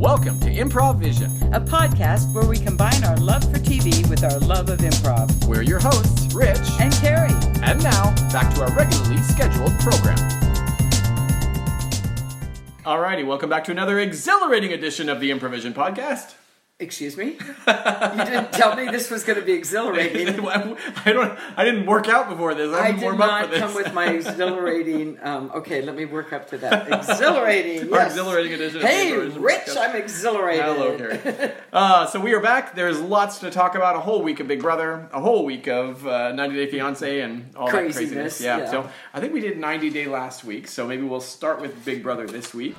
Welcome to Improv Vision. a podcast where we combine our love for TV with our love of improv. We're your hosts, Rich, And Carrie, and now back to our regularly scheduled program. Alrighty, welcome back to another exhilarating edition of the Improvision Podcast. excuse me, you didn't tell me this was going to be exhilarating. I don't. I didn't work out before this. I, I didn't did warm up not for this. come with my exhilarating. Um, okay, let me work up to that. Exhilarating. Our yes. exhilarating edition. of the Hey, Improvision Rich, Podcast. I'm exhilarated. Hello, Carrie. uh, so we are back. There's lots to talk about. A whole week of Big Brother, a whole week of uh, 90 Day Fiance, and all that Craziness, craziness. Yeah. yeah. So I think we did 90 Day last week. So maybe we'll start with Big Brother this week.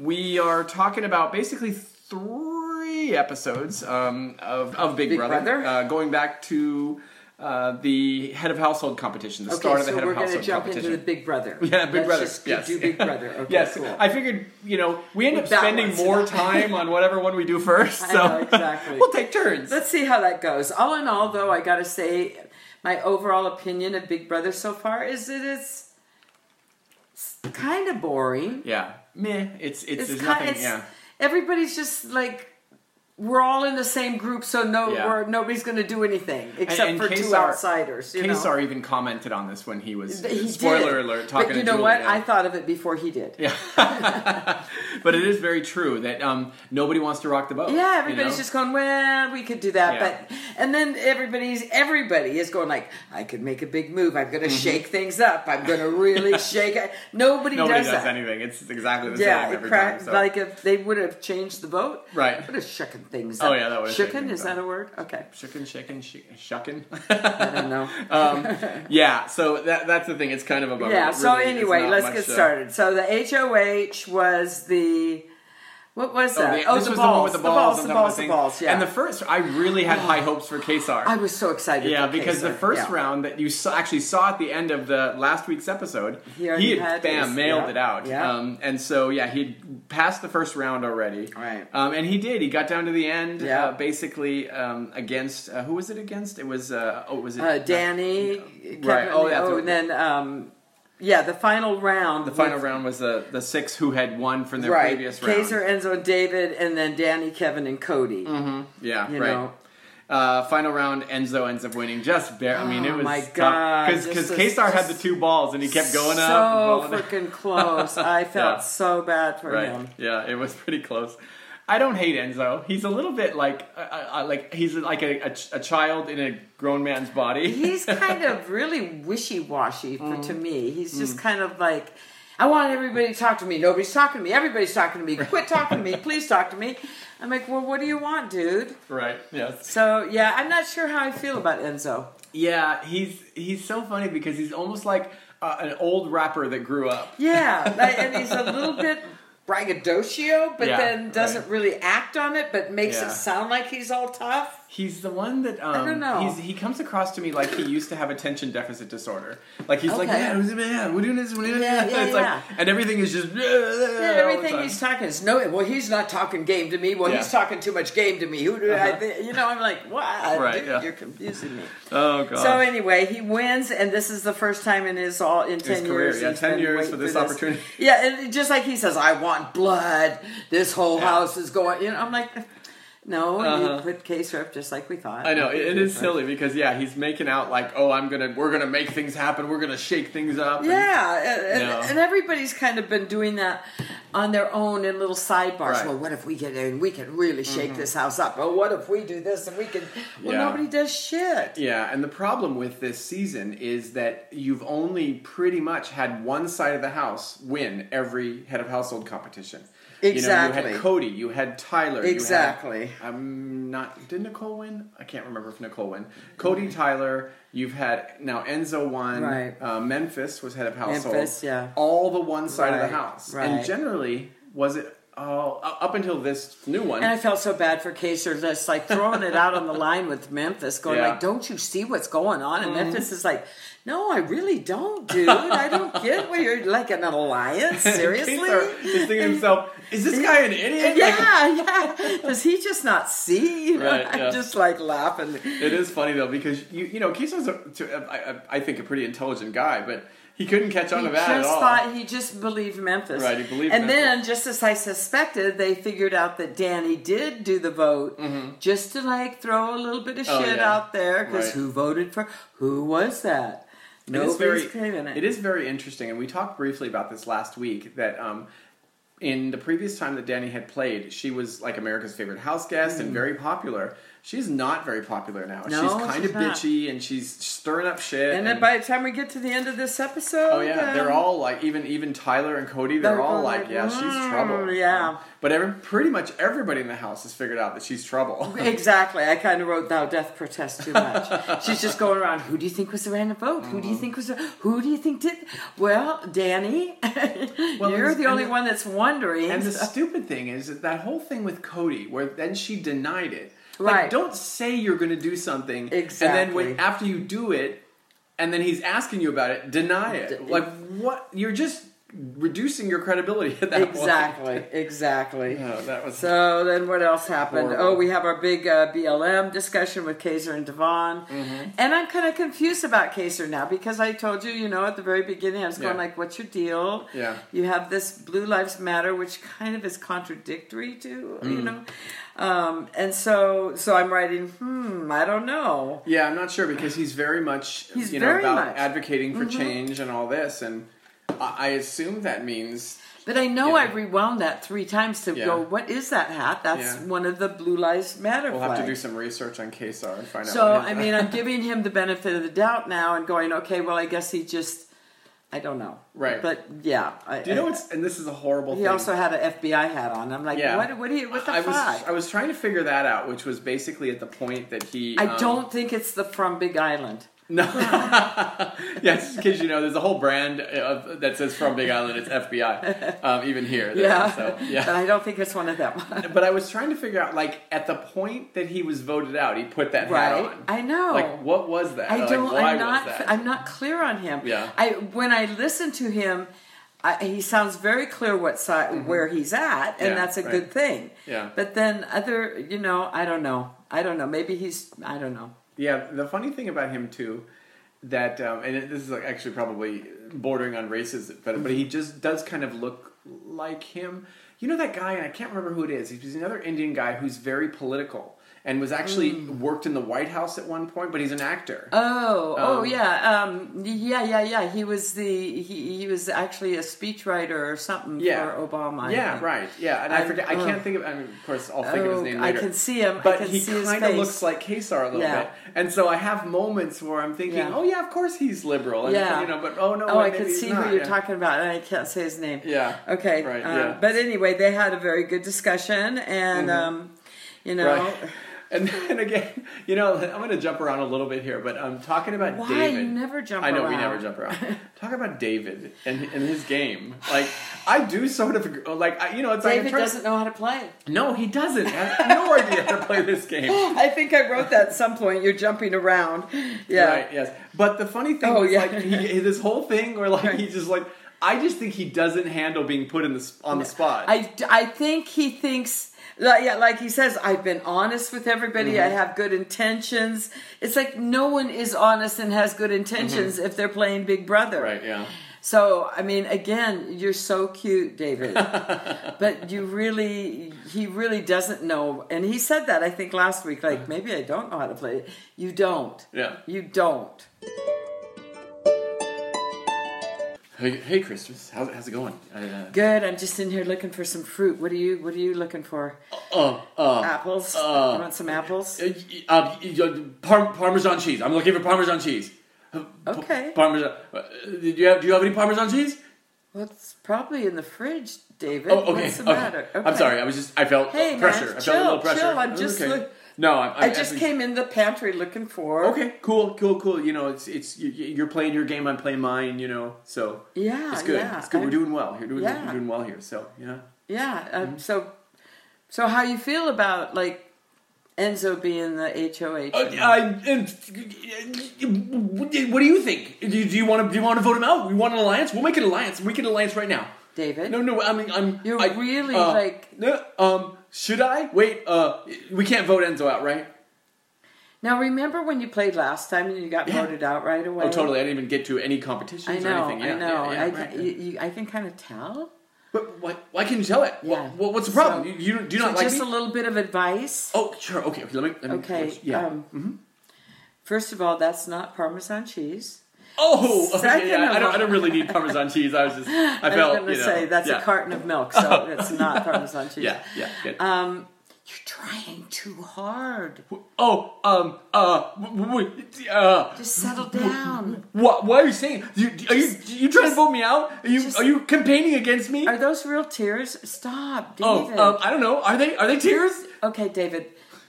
We are talking about basically three episodes um, of, of Big, Big Brother? Uh, going back to uh, the head of household competition, the Okay, start of the so head we're of going to household jump into competition. the Big Brother. yeah, Big Let's Brother. Just yes. do Big Brother. Okay, yes. cool. I figured, you know, we end up spending Balance it more out. time on whatever one we do first. I So know, exactly. we'll take turns. Let's see how that goes. All in all, though, I gotta say, my overall opinion of Big Brother so far is that it's kind of boring. yeah. Meh. It's it's, It's there's ki- nothing. it's- yeah. Everybody's just like we're all in the same group, so no, Yeah. we're, nobody's gonna do anything except and for two Kesar- outsiders. You know? Kesar even commented on this when he was uh, He did. spoiler alert talking But you to know Julie, what? yeah. I thought of it before he did. Yeah, But it is very true that um, nobody wants to rock the boat. you everybody's know? just going, well, we could do that, Yeah. but and then everybody's everybody is going like, I could make a big move. I'm going Mm-hmm. to shake things up. I'm going to really shake it. Nobody, nobody does, does, that. anything. It's exactly the Yeah, same it every cracked, time. So. like if they would have changed the vote, Right. Would have shooken things. Oh, up. yeah, that would've shaken shooken things is up. that a word? Okay, Shuckin', shakin', sh- shuckin'. Um, I don't know. Oh, yeah, so that, that's the thing. It's kind of a bummer. yeah. It So really is anyway, not let's much, get uh, started. So the HOH was the what was that? Oh, the- this was the one with the balls, the Oh, balls, the on top of balls, the thing. balls. Yeah. And the first, I really had high hopes for Kesar. I was so excited. yeah, for because the Kaiser. first Yeah. round that you saw, actually saw at the end of the last week's episode, He already had, had bam his- mailed yeah, it out. yeah. Um, and so yeah, he had passed the first round already. Right. Um, and he did. He got down to the end. Yeah. Uh, basically um, against uh, who was it against? It was uh, oh was it uh, Danny, Kevin, Right. Oh, oh, yeah, the- and then um, yeah, the final round. The final round was the the six who had won from their right? previous round. Mm-hmm. Kaiser, Enzo, and David, and then Danny, Kevin, and Cody. yeah, right. you know. Uh, final round, Enzo ends up winning. Just bare. I mean, it Oh, was my God, because this because was K-Star had just the two balls and he kept going so up. and balling freaking close. I felt Yeah. so bad for right. him. Yeah, it was pretty close. I don't hate Enzo. He's a little bit like uh, uh, like he's like a, a, ch- a child in a grown man's body. He's kind of really wishy washy Mm-hmm. for to me. He's Mm. just kind of like. I want everybody to talk to me. Nobody's talking to me. Everybody's talking to me. Quit talking to me. Please talk to me. I'm like, well, what do you want, dude? right. Yes. So, yeah, I'm not sure how I feel about Enzo. Yeah. He's he's so funny because he's almost like uh, an old rapper that grew up. Yeah, like, and he's a little bit braggadocio, but Yeah, then doesn't right. really act on it, but makes Yeah. it sound like he's all tough. He's the one that um, don't know. He's, he comes across to me like he used to have attention deficit disorder. Like he's like, Okay. yeah, who's it, man? We're doing this. We're doing Yeah, that." yeah, it's yeah. Like, and everything is just Yeah, everything he's talking is no. Well, he's not talking game to me. Well, Yeah. he's talking too much game to me. Who do I? Uh-huh. Think? You know, I'm like, wow, Right, dude, yeah. you're confusing me. Uh, oh god. So anyway, he wins, and this is the first time in his all in ten career, years. yeah, he's 10 been years waiting for this opportunity. Yeah, and it- just like he says, I want blood. This whole house is going. You know, I'm like, no, Uh-huh. you put Kaser up just like we thought. I know it, it is silly because yeah, he's making out like, oh, I'm gonna, we're gonna make things happen. We're gonna shake things up. and- Yeah, and, No. and everybody's kind of been doing that on their own in little Right. sidebars. Mm-hmm. Well, what if we get in? We can really shake this house up. Well, what if we do this and we can? Well, Yeah. nobody does shit. yeah, and the problem with this season is that you've only pretty much had one side of the house win every head of household competition. You know, you Exactly. had Cody, you had Tyler. you had- Exactly. I'm not. Did Nicole win? I can't remember if Nicole won. Cody Tyler. You've had now Enzo won. Mm-hmm. Right. Uh, Memphis was head of household. Memphis, yeah. All the one side of Right, the house, right. and generally was it oh, up until this new one. And I felt so bad for Kaser, just like throwing it out on the line with Memphis, going Yeah. Mm-hmm. like, "Don't you see what's going on?" And Memphis is like, "No, I really don't, dude. I don't get what you're like an alliance, seriously." Kaser is thinking to himself, is this guy an idiot? Like, yeah, yeah. Does he just not see? Right, yeah. I'm just like laughing. it is funny though because you you know Keiser's a, to, I, I- I think a pretty intelligent guy, but he couldn't catch on He to just that at all. thought he just believed Memphis. Right, he believed And Memphis. then, just as I suspected, they figured out that Danny did do the vote just to like throw a little bit of shit Mm-hmm. Oh, yeah. out there because Right. who voted for who was that? It is Nobody's very- claiming it. It is very interesting, and we talked briefly about this last week. That um, in the previous time that Danny had played, she was like America's favorite house guest and very popular. She's not very popular now. Mm. No, she's kind she's of not. bitchy, and she's stirring up shit. And then by the time we get to the end of this episode, Oh yeah, they're um, all like even even Tyler and Cody. They're, They're all all like, like, yeah, she's "Mm, trouble. yeah. Um, but every, pretty much everybody in the house has figured out that she's trouble. um, Exactly. I kind of wrote "Thou doth protest too much." She's just going around. Who do you think was the random vote? Who do Mm-hmm. you think was? The, who do you think did? Well, Danny, you're and- the only and- one that's wondering. And the stupid thing is that that whole thing with Cody, where then she denied it. Like, Right. don't say you're going to do something, and then when Exactly. after you do it, and then he's asking you about it, deny it. D- Like what? You're just reducing your credibility at that point. exactly. Exactly. Oh, that was So then, what else happened? Horrible. Oh, we have our big uh, BLM discussion with Kaiser and Devon, Mm-hmm. and I'm kind of confused about Kaiser now because I told you, you know, at the very beginning, I was going Yeah. like, "What's your deal? Yeah. You have this Blue Lives Matter, which kind of is contradictory to, you Mm. know, um, and so, so I'm writing, hmm, I don't know. Yeah, I'm not sure because he's very much He's you know very about much. Mm-hmm. advocating for change and all this, and I, I assume that means But I know Yeah. I rewound that three times to Yeah. go, what is that hat? That's Yeah. one of the Blue Lives Matter we'll have to flags." do some research on Kesar and find So out. what I his- mean, I'm giving him the benefit of the doubt now, and going, okay, well, I guess he just, I don't know, Right. But yeah, I, do you know what's and this is a horrible. He thing. also had an FBI hat on. I'm like, Yeah. what? What do you? What the I was fuck? I was trying to figure that out, which was basically at the point that he. I um, don't think it's the from Big Island. No. yeah, just in case you know, there's a whole brand of, that says from Big Island. It's FBI, um, even here. Yeah, So, yeah. but I don't think it's one of them. right? But I was trying to figure out, like, at the point that he was voted out, he put that hat on. I know. Like, what was that? I Like, don't. why I'm was not. that? I'm not clear on him. Yeah. I when I listen to him, I, he sounds very clear what side where he's at, and Mm-hmm. Yeah, that's a right. good thing. Yeah. But then other, you know, I don't know. I don't know. Maybe he's. I don't know. Yeah, the funny thing about him too, that um, and it- this is like actually probably bordering on racism, but but he just does kind of look like him. You know that guy, and I can't remember who it is. He's another Indian guy who's very political and was actually worked in the White House at one point, but he's an actor. Hmm. Oh, oh Um, yeah, um, yeah, yeah, yeah. He was the he, he was actually a speechwriter or something Yeah. for Obama. I yeah, think. right. Yeah, and I I'm- forget. I ugh. can't think of. I mean, of course, I'll think of his uh. Oh, name I later. can see him. I but can he see his kind of face. looks like Kesar a little Yeah. bit, and so I have moments where I'm thinking, Yeah. "Oh yeah, of course he's liberal," and, Yeah. you know, but oh no, Oh, wait, I maybe can he's see not. who you're yeah. talking about, and I can't say his name. Yeah. Okay. Right, um, yeah. Mm-hmm. But anyway, they had a very good discussion, and um, you know, Right. And then again, you know, I'm going to jump around a little bit here, but I'm talking about Why? David. You never jump I know we around. never jump around. Talk about David and and his game. Like I do sort of ag- like I, you know, it's like David I'm trying doesn't know how to play. To, no, he doesn't. I have no idea how to play this game. I think I wrote that at some point. You're jumping around. Yeah. Right. Yes. But the funny thing Oh, was yeah. like he, this whole thing where like he just like I just think he doesn't handle being put in the s- on the spot. I, I think he thinks like, yeah, like he says I've been honest with everybody I Mm-hmm. have good intentions it's like no one is honest and has good intentions if they're playing Big Brother Mm-hmm. right. Yeah. so I mean again you're so cute David but you really he really doesn't know and he said that I think last week like maybe I don't know how to play it you don't Uh-huh. Yeah. you don't Hey, hey Christmas. How's, how's it going? I, uh, good I'm just in here looking for some fruit what are you what are you looking for uh, uh, apples Uh, you want some apples Uh, y- uh, y- y- par- Parmesan cheese. I'm looking for Parmesan cheese. P- Okay. Parmesan. uh, Do you have Do you have any Parmesan cheese? Well, it's probably in the fridge, David. Oh, okay. What's the okay. matter? I'm sorry. I was just. I felt Hey, man, pressure. I felt a little chill, pressure. chill, I'm just look- no, I'm, I I'm- just I'm- came in the pantry looking for. Okay. Cool. Cool. Cool. You know, it's it's you, you're playing your game. I'm playing mine. You know, so Yeah. it's good. Yeah. It's good. We're I'm- doing well. You're doing Yeah. we're doing well here. So yeah. Yeah. Um, Mm-hmm. So, so how you feel about like Enzo being the HOH? Uh, I, and- what do you think? Do you, do you want to do you want to vote him out? We want an alliance. We'll make an alliance. We make an alliance right now. David? No, no. I mean, I'm. You're I, really, uh, like- No, um. Should I wait? Uh, we can't vote Enzo out, right? Now remember when you played last time and you got Yeah. voted out right away? Oh, totally. I didn't even get to any competitions I or know. anything. Yeah, I know. Yeah, yeah, I, right. can, you, you, I can kind of tell. But why, why can't you tell it? Yeah. What, what's the problem? So- you, you, don't- do you So not like just me? a little bit of advice. oh, sure. Okay. Okay. Let me. Let me Okay. Yeah. Mm-hmm. Um, First of all, that's not Parmesan cheese. oh. Okay. second Yeah. of I don't. I all- don't really need Parmesan cheese. I was just. I I felt. was going to you know, say that's yeah. Oh. a carton of milk, so it's not Parmesan cheese. Yeah. Yeah. good. Um, you're trying too hard. oh. Um. Uh. W- w- uh. Just settle down. What? Why are you saying? You, are you? You trying to vote me out? Are you? just- are you campaigning against me? Are those real tears? Stop, oh. David. Um, I don't know. Are they? Are they tears? okay, David.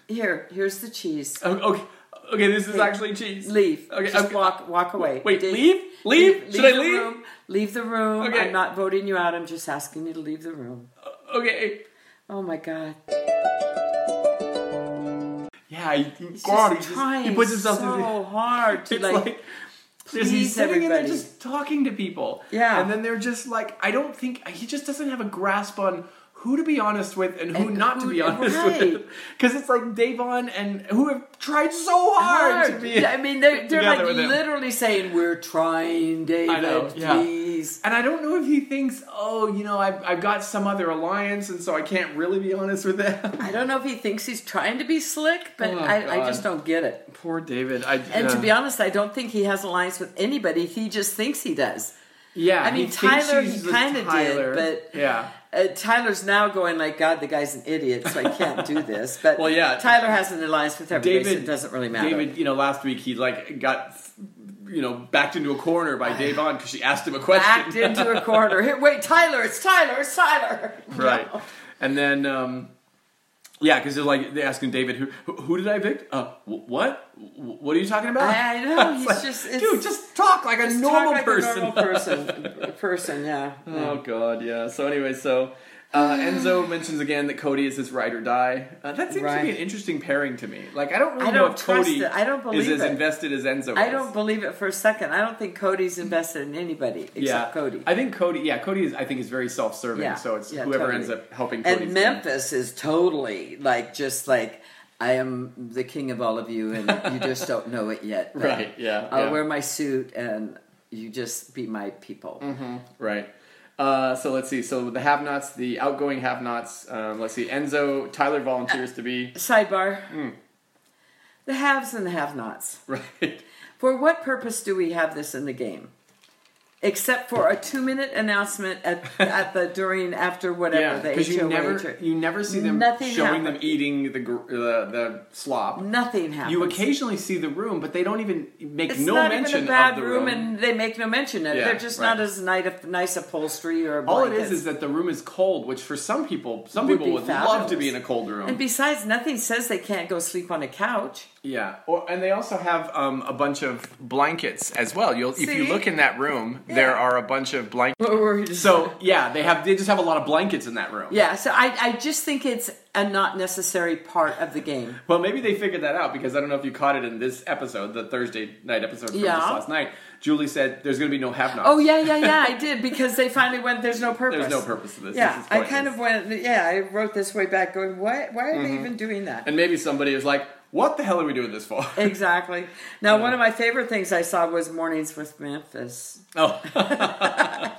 Here, here's the cheese. Oh, Okay. Okay. This is actually cheese. Leave. Okay, Just okay. walk. Walk away. Wait. Dave- Leave. Leave. Should I the leave? Room. Leave the room. Okay. I'm not voting you out. I'm just asking you to leave the room. Okay. Oh my God. Yeah. He, He's God, just he, trying just, he puts himself so in the- hard to It's like, like there's he's please sitting in there everybody. just talking to people. Yeah. And then they're just like, I don't think he just doesn't have a grasp on who to be honest with and who And not to who- be honest right. with. Because it's like Davon and who have tried so hard, to be. I mean, they're, they're like together with him. literally saying, "We're trying, David. know, yeah. Please." And I don't know if he thinks, oh, you know, I've, I've got some other alliance, and so I can't really be honest with them. I don't know if he thinks he's trying to be slick, but Oh, I, I God. just don't get it. Poor David. I, uh, And to be honest, I don't think he has an alliance with anybody. He just thinks he does. yeah, I mean, he thinks Tyler, he's he with kinda did, Tyler. but- yeah, Uh, Tyler's now going like, "God, the guy's an idiot, so I can't do this." But Well, yeah. Tyler has an alliance with everybody, so it doesn't really matter. David, you know, last week he like got you know backed into a corner by Davon because she asked him a question. backed into a corner. Here, wait, Tyler, it's Tyler, it's Tyler. right? And then um, yeah, because they're like they're asking David who who- who did I evict? Uh, wh- what? Wh- What are you talking about? I, I know. It's He's like, just it's, dude, just talk like a just talk normal like person. A normal person. person, yeah. Oh god, yeah. So anyway, so. Uh, Enzo mentions again that Cody is his ride or die. Uh, that seems to be Right. an interesting pairing to me. Like I don't really I know don't if trust Cody it. I don't is believe as it. invested as Enzo. I is. don't believe it for a second. I don't think Cody's invested in anybody except Cody. I think Cody. Yeah, Cody is. I think is very self-serving. Yeah, So it's yeah, whoever totally. ends up helping. Cody's and team. Memphis is totally like just like I am the king of all of you, and you just don't know it yet. but Right, yeah, I'll yeah. wear my suit, and you just be my people. Mm-hmm. Right. Uh, so let's see. So the have-nots, the outgoing have-nots. Um, let's see. Enzo Tyler volunteers to be. Sidebar: Hmm. the haves and the have-nots. Right. For what purpose do we have this in the game? Except for a two-minute announcement at, at the during after Yeah, whatever the because HOA. you never you never see them Nothing showing them happened. eating the gr- the the slop. nothing happens. You occasionally see the room, but they don't even make it's no not mention even a bad of the room, and they make no mention of it. Yeah, They're just right. not as nice, nice upholstery or All it blankets. is is that the room is cold, which for some people, some Would people be would love to be in a cold room. and besides, nothing says they can't go sleep on a couch. Yeah, or, and they also have um, a bunch of blankets as well. You'll if you See? look in that room, there are a bunch of blankets. So yeah, they have they just have a lot of blankets in that room. yeah, so I, I just think it's a not necessary part of the game. Well, maybe they figured that out because I don't know if you caught it in this episode, the Thursday night episode from Yeah. just last night. Julie said there's going to be no have nots. Oh yeah, yeah, yeah, I did because they finally went. There's no purpose. there's no purpose to this. Yeah, This is I pointless. kind of went. Yeah, I wrote this way back, going, why? Why are they even doing that? Mm-hmm. And maybe somebody is like, "What the hell are we doing this for?" exactly. Now, one of my favorite things I saw was Mornings with Memphis. oh,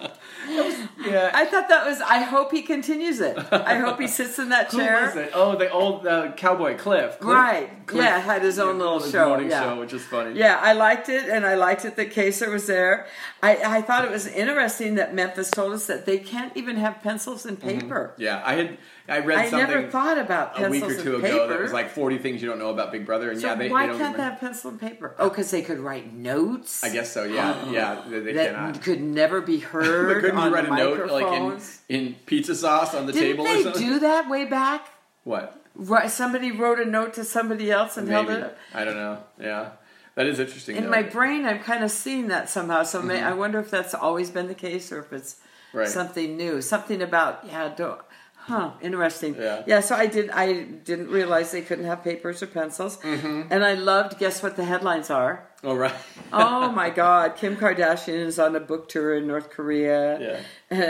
yeah. I thought that was. I hope he continues it. I hope he sits in that who chair. was it? Oh, the old uh, cowboy Cliff. Cliff- Right. Cliff- yeah, had his own little his show. morning yeah. show, which is funny. Yeah, I liked it, and I liked it that Kaser was there. I, I thought it was interesting that Memphis told us that they can't even have pencils and paper. Yeah, I had I read I Mm-hmm. something never thought about a pencils week or two and ago paper. that was like forty things you don't know about Big Brother, and so yeah, they, why they don't. can't even- they have pencil and paper? Oh, because they could write notes. I guess so. Yeah, yeah, they, they that cannot. could never be But heard couldn't on you write a note like in, microphones. in pizza sauce on the Didn't table or they something? do that way back? what? Ri- Somebody wrote a note to somebody else and held Maybe it. up? I don't know. Yeah, that is interesting. in though. my brain i'm kind of seeing that somehow so may, i wonder if that's always been the case or if it's Mm-hmm. Right. something new something about yeah don't Huh, interesting. Yeah. so I did I didn't realize they couldn't have papers or pencils. Mm-hmm. And I loved guess what the headlines are. All right. Oh my god, Kim Kardashian is on a book tour in North Korea. Yeah.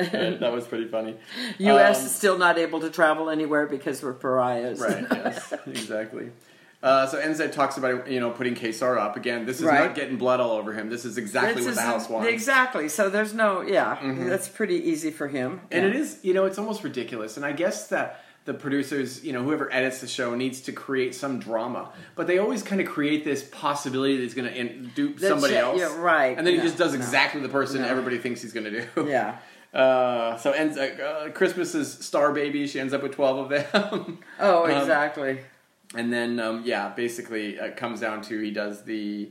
Yeah, that was pretty funny. US Um, is still not able to travel anywhere because we're pariahs. Right. Yes. exactly. Uh, so Enzed talks about you know putting Kesar up again. This is Right. not getting blood all over him. This is exactly This what the is- house wants. Mm-hmm. Exactly. So there's no yeah, that's pretty easy for him. and Yeah. it is you know it's almost ridiculous. And I guess that the producers you know whoever edits the show needs to create some drama, but they always kind of create this possibility that he's going to dupe That's somebody it, else. yeah, right. And then No, he just does no. exactly the person No. everybody thinks he's going to do. Yeah. Uh, so ends uh, Christmas's star baby. She ends up with twelve of them. Oh, Um, exactly. And then, um, yeah, basically it comes down to he does the.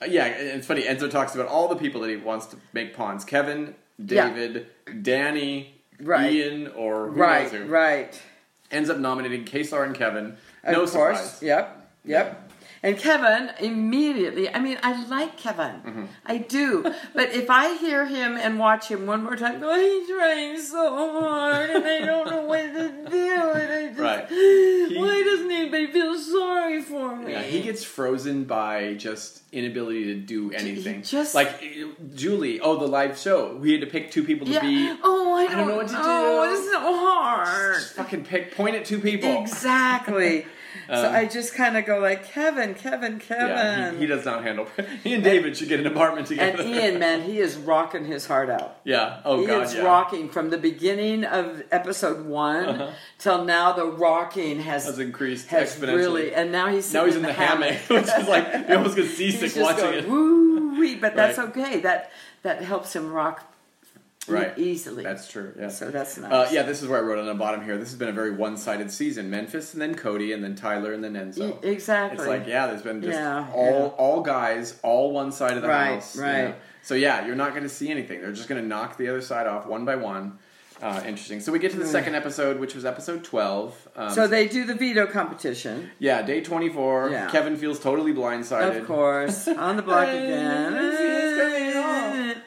Uh, yeah, and it's funny. Enzo talks about all the people that he wants to make pawns Kevin, Yeah. David, Danny, Right. Ian, or who right, knows who. right. Ends up nominating Kesar and Kevin. Of no course. surprise. Yep. Yep. And Kevin immediately, I mean, I like Kevin. Mm-hmm. I do. But if I hear him and watch him one more time, go, he's trying so hard and I don't know what to do. And I just, Right. why doesn't anybody feel sorry for me? Yeah, he gets frozen by just inability to do anything. just- like uh, Julie, oh the live show. We had to pick two people to Yeah. be oh, I don't, don't know what to know. do. It's so hard. just fucking pick point at two people. Exactly. so Um, I just kind of go like, Kevin, Kevin, Kevin. Yeah, he, he does not handle. He and David should get an apartment and together. Ian, man, he is rocking his heart out. Yeah. Oh He god. is Yeah. rocking from the beginning of episode one till now. The rocking has Uh-huh. Has increased has exponentially. really, and now he's now sitting he's in the hammock, which is like you almost get he's seasick just watching going it. woo wee, but that's Right. okay. That that helps him rock e- Right. easily. That's true. Yeah. so that's nice. Uh, yeah, this is where I wrote on the bottom here. This has been a very one-sided season. Memphis, and then Cody, and then Tyler, and then E- Enzo. exactly. It's like yeah, there's been just Yeah, all yeah. all guys, all one side of the Right, house. you right. know. So yeah, you're not going to see anything. They're just going to knock the other side off one by one. Uh, interesting. So we get to the second episode, which was episode twelve. Um, Mm. so they do the veto competition, yeah, day twenty-four. Yeah. Kevin feels totally blindsided. of course, on the block It's- it's gonna again.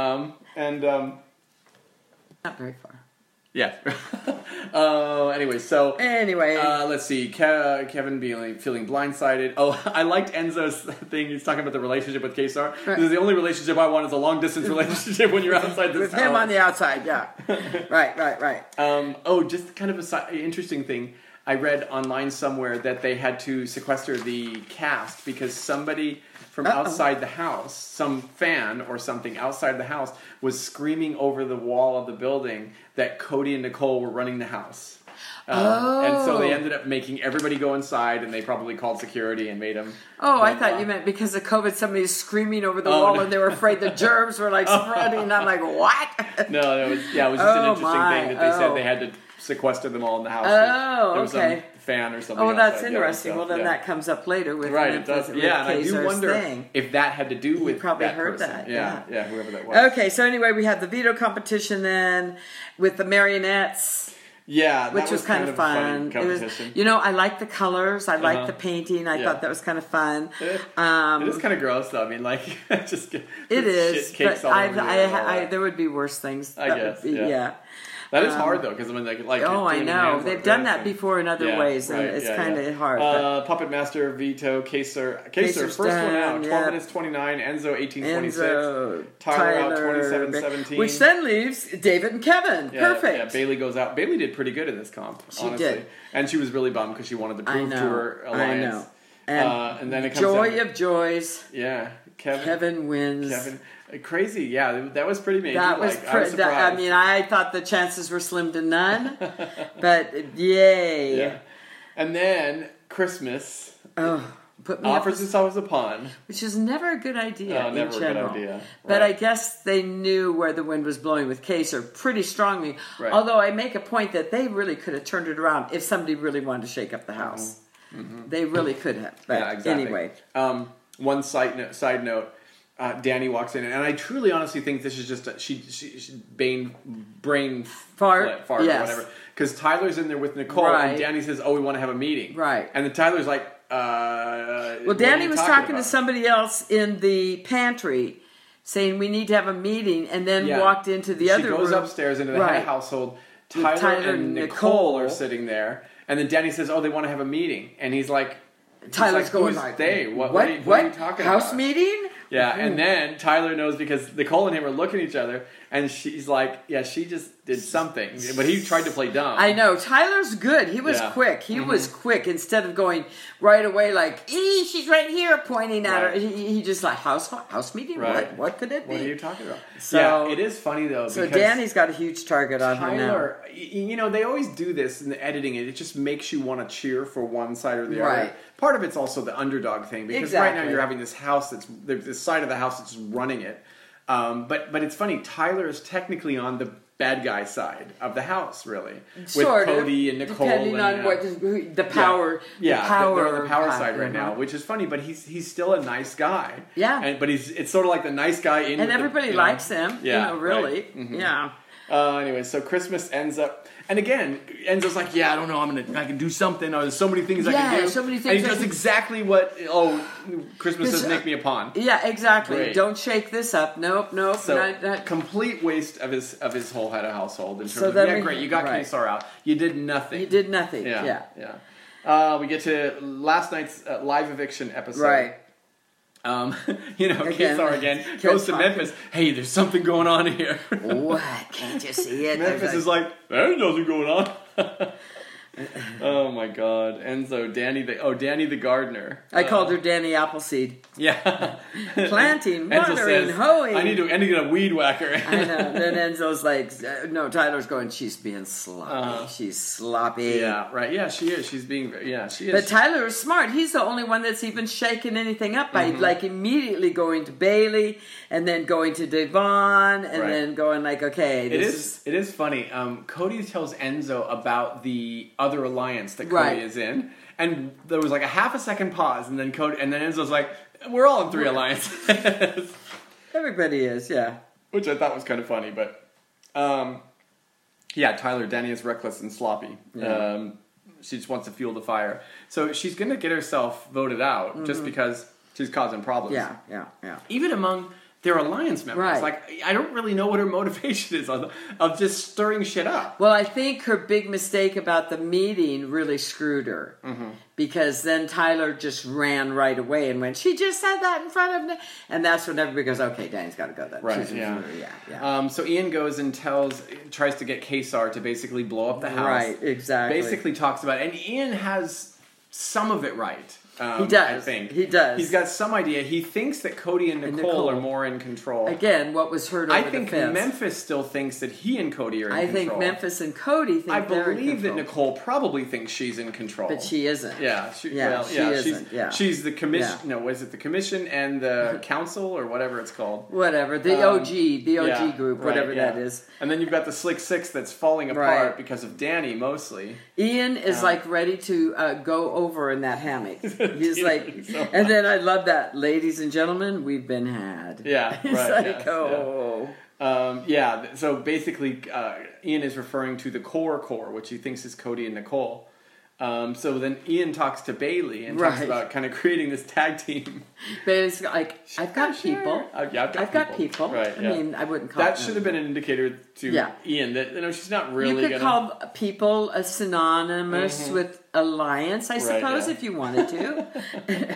Um, and um, Not very far. yeah. uh, anyway, so Anyway, uh, let's see. Ke- Kevin being feeling blindsided. Oh, I liked Enzo's thing. He's talking about the relationship with Kesar. Right. This is the only relationship I want is a long distance relationship when you're outside this with house. him on the outside, yeah. right, right, right. Um, oh, just kind of a si- interesting thing. I read online somewhere that they had to sequester the cast because somebody from Uh-oh. outside the house, some fan or something outside the house, was screaming over the wall of the building that Cody and Nicole were running the house. Um, And so they Oh. ended up making everybody go inside, and they probably called security and made uh, them. Oh, I thought you meant because of COVID, somebody was screaming over the Oh, wall no. and they were afraid the germs were like spreading. I'm like, what? No, that was yeah. It was just an Oh, interesting my. thing that they said Oh. they had to sequester them all in the house. Oh, there was okay. Some fan or something. Oh, well, that's outside, yeah, interesting. so, well, then yeah. that comes up later with Right, it Memphis- does. with Yeah, and I do Kazar's wonder thing. if that had to do with probably that heard person. that, Yeah, yeah. yeah, whoever that was. Okay, so anyway, we had the veto competition then with the marionettes, Yeah, that which was, kind, of fun. a funny It was- competition. you know, I liked the colors. I liked Uh-huh. the painting. I Yeah. thought that was kind of fun. it is kind of gross, though. I mean, like, just get- um, It is, shit cakes but all I, over you and all I, I, that. there would be worse things. I That guess, would be- yeah. yeah. that is hard though, because I mean, like, like um, Oh, I doing your know. hands They've like done this that and- before in other Yeah, ways, and right, it's yeah, kind of yeah. hard. but- Uh, Puppet Master, Vito, Kaser, Kaser, Kaser's first one out. done, Twelve yeah. minutes twenty nine. Enzo eighteen twenty six. Enzo, Tyler out uh, Tyler, 27-17. which then leaves David and Kevin. Perfect. Yeah, Bailey goes out. Bailey did pretty good in this comp, She honestly, did. and she was really bummed because she wanted to I prove to know. her I alliance. know. And, uh, and then it comes joy down- of joys, Yeah, Kevin wins. Kevin, uh, crazy. Yeah, that was pretty amazing. That like, was, I was pre- that, I surprised. mean, I thought the chances were slim to none, but yay! yeah. And then Christmas Oh, put me up, offers himself as a pawn. which is never a good idea Oh, in never a good general. idea. But Right. I guess they knew where the wind was blowing with Kaser pretty strongly. Right. Although I make a point that they really could have turned it around if somebody really wanted to shake up the house. They really could have. But Mm-hmm. Yeah, exactly. anyway, um, one side note. Side note. Uh, Danny walks in, and I truly, honestly think this is just a, she, she, she brain brain Fart? fart, fart Yes. or whatever. Because Tyler's in there with Nicole, Right. and Danny says, "Oh, we want to have a meeting." Right. And then Tyler's like, uh, well, Danny was talking to about? somebody else in the pantry, saying we need to have a meeting, and then Yeah. walked into the she other goes room. upstairs into the Right. head household Tyler, Tyler and and Nicole, Nicole. are sitting there, and then Danny says, "Oh, they want to have a meeting," and he's like, he's Tyler's like, going "Who's like, they? What? What, what, are, you, what, are you talking House about?" meeting? Yeah, and then Tyler knows because Nicole and him are looking at each other, and she's like, "Yeah, she just did something," but he tried to play dumb. I know Tyler's good. He was Yeah. Mm-hmm. quick. He was quick. Instead of going right away, like "ee, she's right here," pointing at Right. her. He, he just like house house meeting. Right. What? What could it be? What are you talking about? So- yeah, it is funny though. so because Danny's got a huge target on her now. Tyler, y- you know, they always do this in the editing. It just makes you want to cheer for one side or the other. Right. Part of it's also the underdog thing because right now Exactly. you're having this house that's there's this side of the house that's running it. Um, but but it's funny. Tyler is technically on the bad guy side of the house, really, with sort of, Cody and Nicole. Depending and, on uh, what who- the power, yeah, the they're- power, they're on the power path, side right uh-huh. now, which is funny. But he's he's still a nice guy. Yeah. and, but he's it's sort of like the nice guy in with and the- everybody you know. likes him. Yeah, you know, really, right. Mm. Mm-hmm. yeah. Uh, anyway, so Christmas ends up, and again, Enzo's like, "Yeah, I don't know, I'm gonna, I can do something. Or there's so many things I can Yeah, do." so many And he things I does can- exactly what. Oh, Christmas This- uh, does make me a pawn. Yeah, exactly. Great. Don't shake this up. Nope, nope. So not- not- complete waste of his of his whole head of household in terms So of then yeah, we- great. You got right. Kesar out. You did nothing. you did nothing. Yeah. Yeah, yeah. Uh, we get to last night's uh, live eviction episode. Right. Um, you know, Again. Kesar again Kept goes to talking. Memphis. Hey, there's something going on here. what? Can't you see it? Memphis is like, there's nothing going on. oh my god. Enzo, Danny the oh Danny the gardener. Uh, I called her Danny Appleseed. Yeah. Enzo Planting, watering, says, hoeing. I need to I need to get a weed whacker. I know. Then Enzo's like, uh, no, Tyler's going, she's being sloppy. Uh-huh. she's sloppy. yeah, right. Yeah, she is. She's being very yeah, she But is. Tyler is smart. He's the only one that's even shaking anything up by Mm-hmm. like immediately going to Bailey and then going to Devon and Right. then going like, okay, it this is it is funny. Um, Cody tells Enzo about the other alliance that Cody Right. is in. And there was like a half a second pause and then Cody and then Enzo's like, We're all in three alliances. everybody is, yeah. which I thought was kind of funny. But um, yeah, Tyler Denny is reckless and sloppy. Um, she just wants to fuel the fire, so she's going to get herself voted out just because she's causing problems. Mm-hmm. Yeah, yeah, yeah. even among their alliance members, Right. like I don't really know what her motivation is of, of just stirring shit up. Well, I think her big mistake about the meeting really screwed her Mm-hmm. because then Tyler just ran right away and went, "She just said that in front of me," and that's when everybody goes, "Okay, Danny's got to go." Then Right, She's- yeah. yeah, yeah. Um, so Ian goes and tells, tries to get Kesar to basically blow up the house. Right, exactly. basically talks about it. and Ian has some of it right. Um, He I does. think He does. He's got some idea. He thinks that Cody and Nicole, Nicole. are more in control. again, what was heard over I think the fence? Memphis still thinks that he and Cody are in I control. think Memphis and Cody think I they're in believe that control. Nicole probably thinks she's in control, but she isn't. Yeah, she, Yeah, well, she yeah, she's isn't, yeah. she's the commission. Yeah. No, was it the commission and the council or whatever it's called? Whatever the Um, OG, the OG Yeah, group, right, whatever yeah. that is. And then you've got the slick six that's falling apart Right. because of Danny mostly. Ian is like ready to uh, go over in that hammock. He's like, and then I love that, ladies and gentlemen, we've been had. Yeah, He's right, like, yes, yeah. oh, Um, yeah, th- so basically, uh, Ian is referring to the core core, which he thinks is Cody and Nicole. Um, so then Ian talks to Bailey and talks Right. about kind of creating this tag team. but it's like I've got Sure. people. I've, yeah, I've got I've got people. people. Right, yeah. I mean, I wouldn't call that it- should have been an indicator to Yeah. Ian that you know she's not You really could gonna. call people a synonymous with alliance, I suppose, yeah. if you wanted to.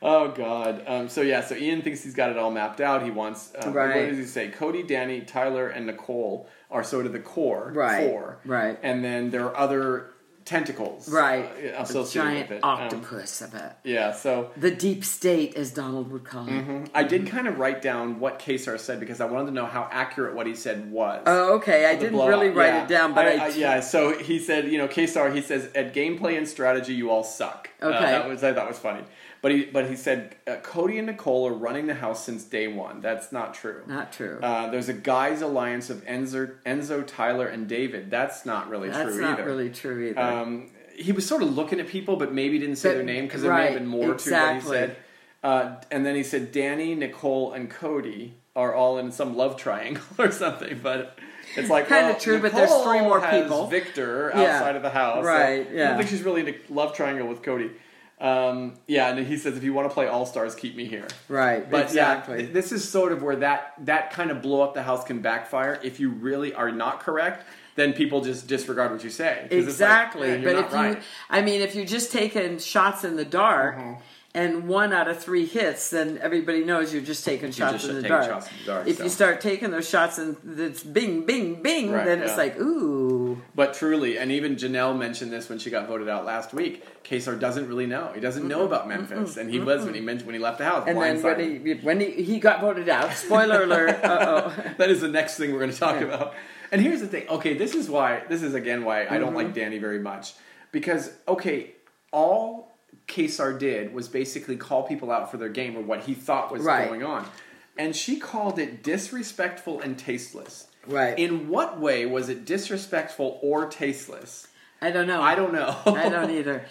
oh God. Um, so yeah, so Ian thinks he's got it all mapped out. He wants. Um, What Right. does he say? Cody, Danny, Tyler, and Nicole are sort of the core. Right, Four. right. And then there are other tentacles. right, Uh, the associated giant with it. Um, octopus of it, yeah. So. mm-hmm. the deep state, as Donald would call it. I did kind of write down what Kesar said because I wanted to know how accurate what he said was. Oh, okay. I The didn't blowout, really write yeah. it down, but I, yeah. So he said, you know, Kesar. He says, at gameplay and strategy, you all suck. Uh, Okay. that was I thought was funny. But he but he said uh, Cody and Nicole are running the house since day one. That's not true. not true. Uh, there's a guys alliance of Enzo, Enzo, Tyler, and David. That's not really That's true not either. really true either. Um, he was sort of looking at people, but maybe didn't say But- their name because there may have right, been more to exactly. what he said. Uh, and then he said Danny, Nicole, and Cody are all in some love triangle or something. But it's like Kinda well, true, but there's Nicole three more has people. Victor Yeah, outside of the house, so right, I yeah. don't think she's really in a love triangle with Cody. Um, yeah, and he says, if you want to play All Stars, keep me here. Right. But exactly. yeah, th- this is sort of where that that kind of blow up the house can backfire if you really are not correct. Then people just disregard what you say. 'Cause it's like, Exactly. yeah, you're but not if right. Uh-huh. you, I mean, if you're just taking shots in the dark and one out of three hits, then everybody knows you're just taking shots, just in, the taking dark. shots in the dark, If so. you start taking those shots and it's bing, bing, bing, Right, then it's yeah. like, ooh. But truly, and even Janelle mentioned this when she got voted out last week. Kesar doesn't really know. He doesn't know about Memphis, and he was when he mentioned when he left the house. And then blindsided. when he, when he, he got voted out, spoiler alert, uh oh. that is the next thing we're going to talk about. And here's the thing. Okay, this is why. This is again why I don't Mm-hmm. like Danny very much because okay, all Kesar did was basically call people out for their game or what he thought was Right. going on, and she called it disrespectful and tasteless. Right. In what way was it disrespectful or tasteless? I don't know. I don't know. I don't either.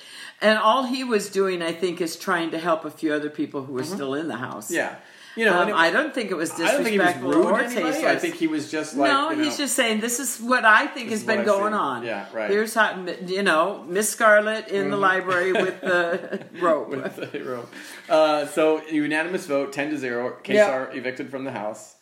And all he was doing, I think, is trying to help a few other people who were still in the house. Mm-hmm. yeah. You know, Um, and it- I don't think it was I don't think he disrespectful was rude or to anybody. I tasteless. think he was just like no, you know, he's just saying this is what I think This has is what been I've going seen." on. Yeah, right. Mm-hmm. Here's how you know Miss Scarlet in the library with the rope. with the rope. Uh, so unanimous vote, ten to zero. Kesar Yeah. evicted from the house.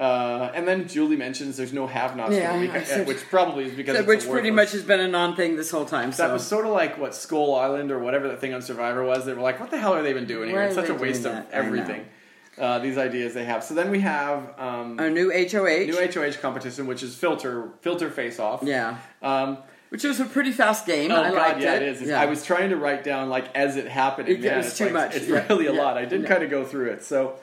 Uh, and then Julie mentions there's no have-nots Yeah, for I the weekend, said- which probably is because it's Which the pretty worthless. much has been a non-thing this whole time. that so. was sort of like what Skull Island or whatever that thing on Survivor was. They were like, "What the hell are they been doing here? Why It's are such a they waste doing of that? I know. everything." Uh, these ideas they have. So then we have um, a new HOH. new HOH competition, which is filter filter face off. yeah, Um, which was a pretty fast game. Oh I god, liked yeah, it it. is. It's- Yeah. I was trying to write down like as it happened. and It- it man, was it's too like- much. It's Yeah, really a yeah. lot. I did kind of go through it. So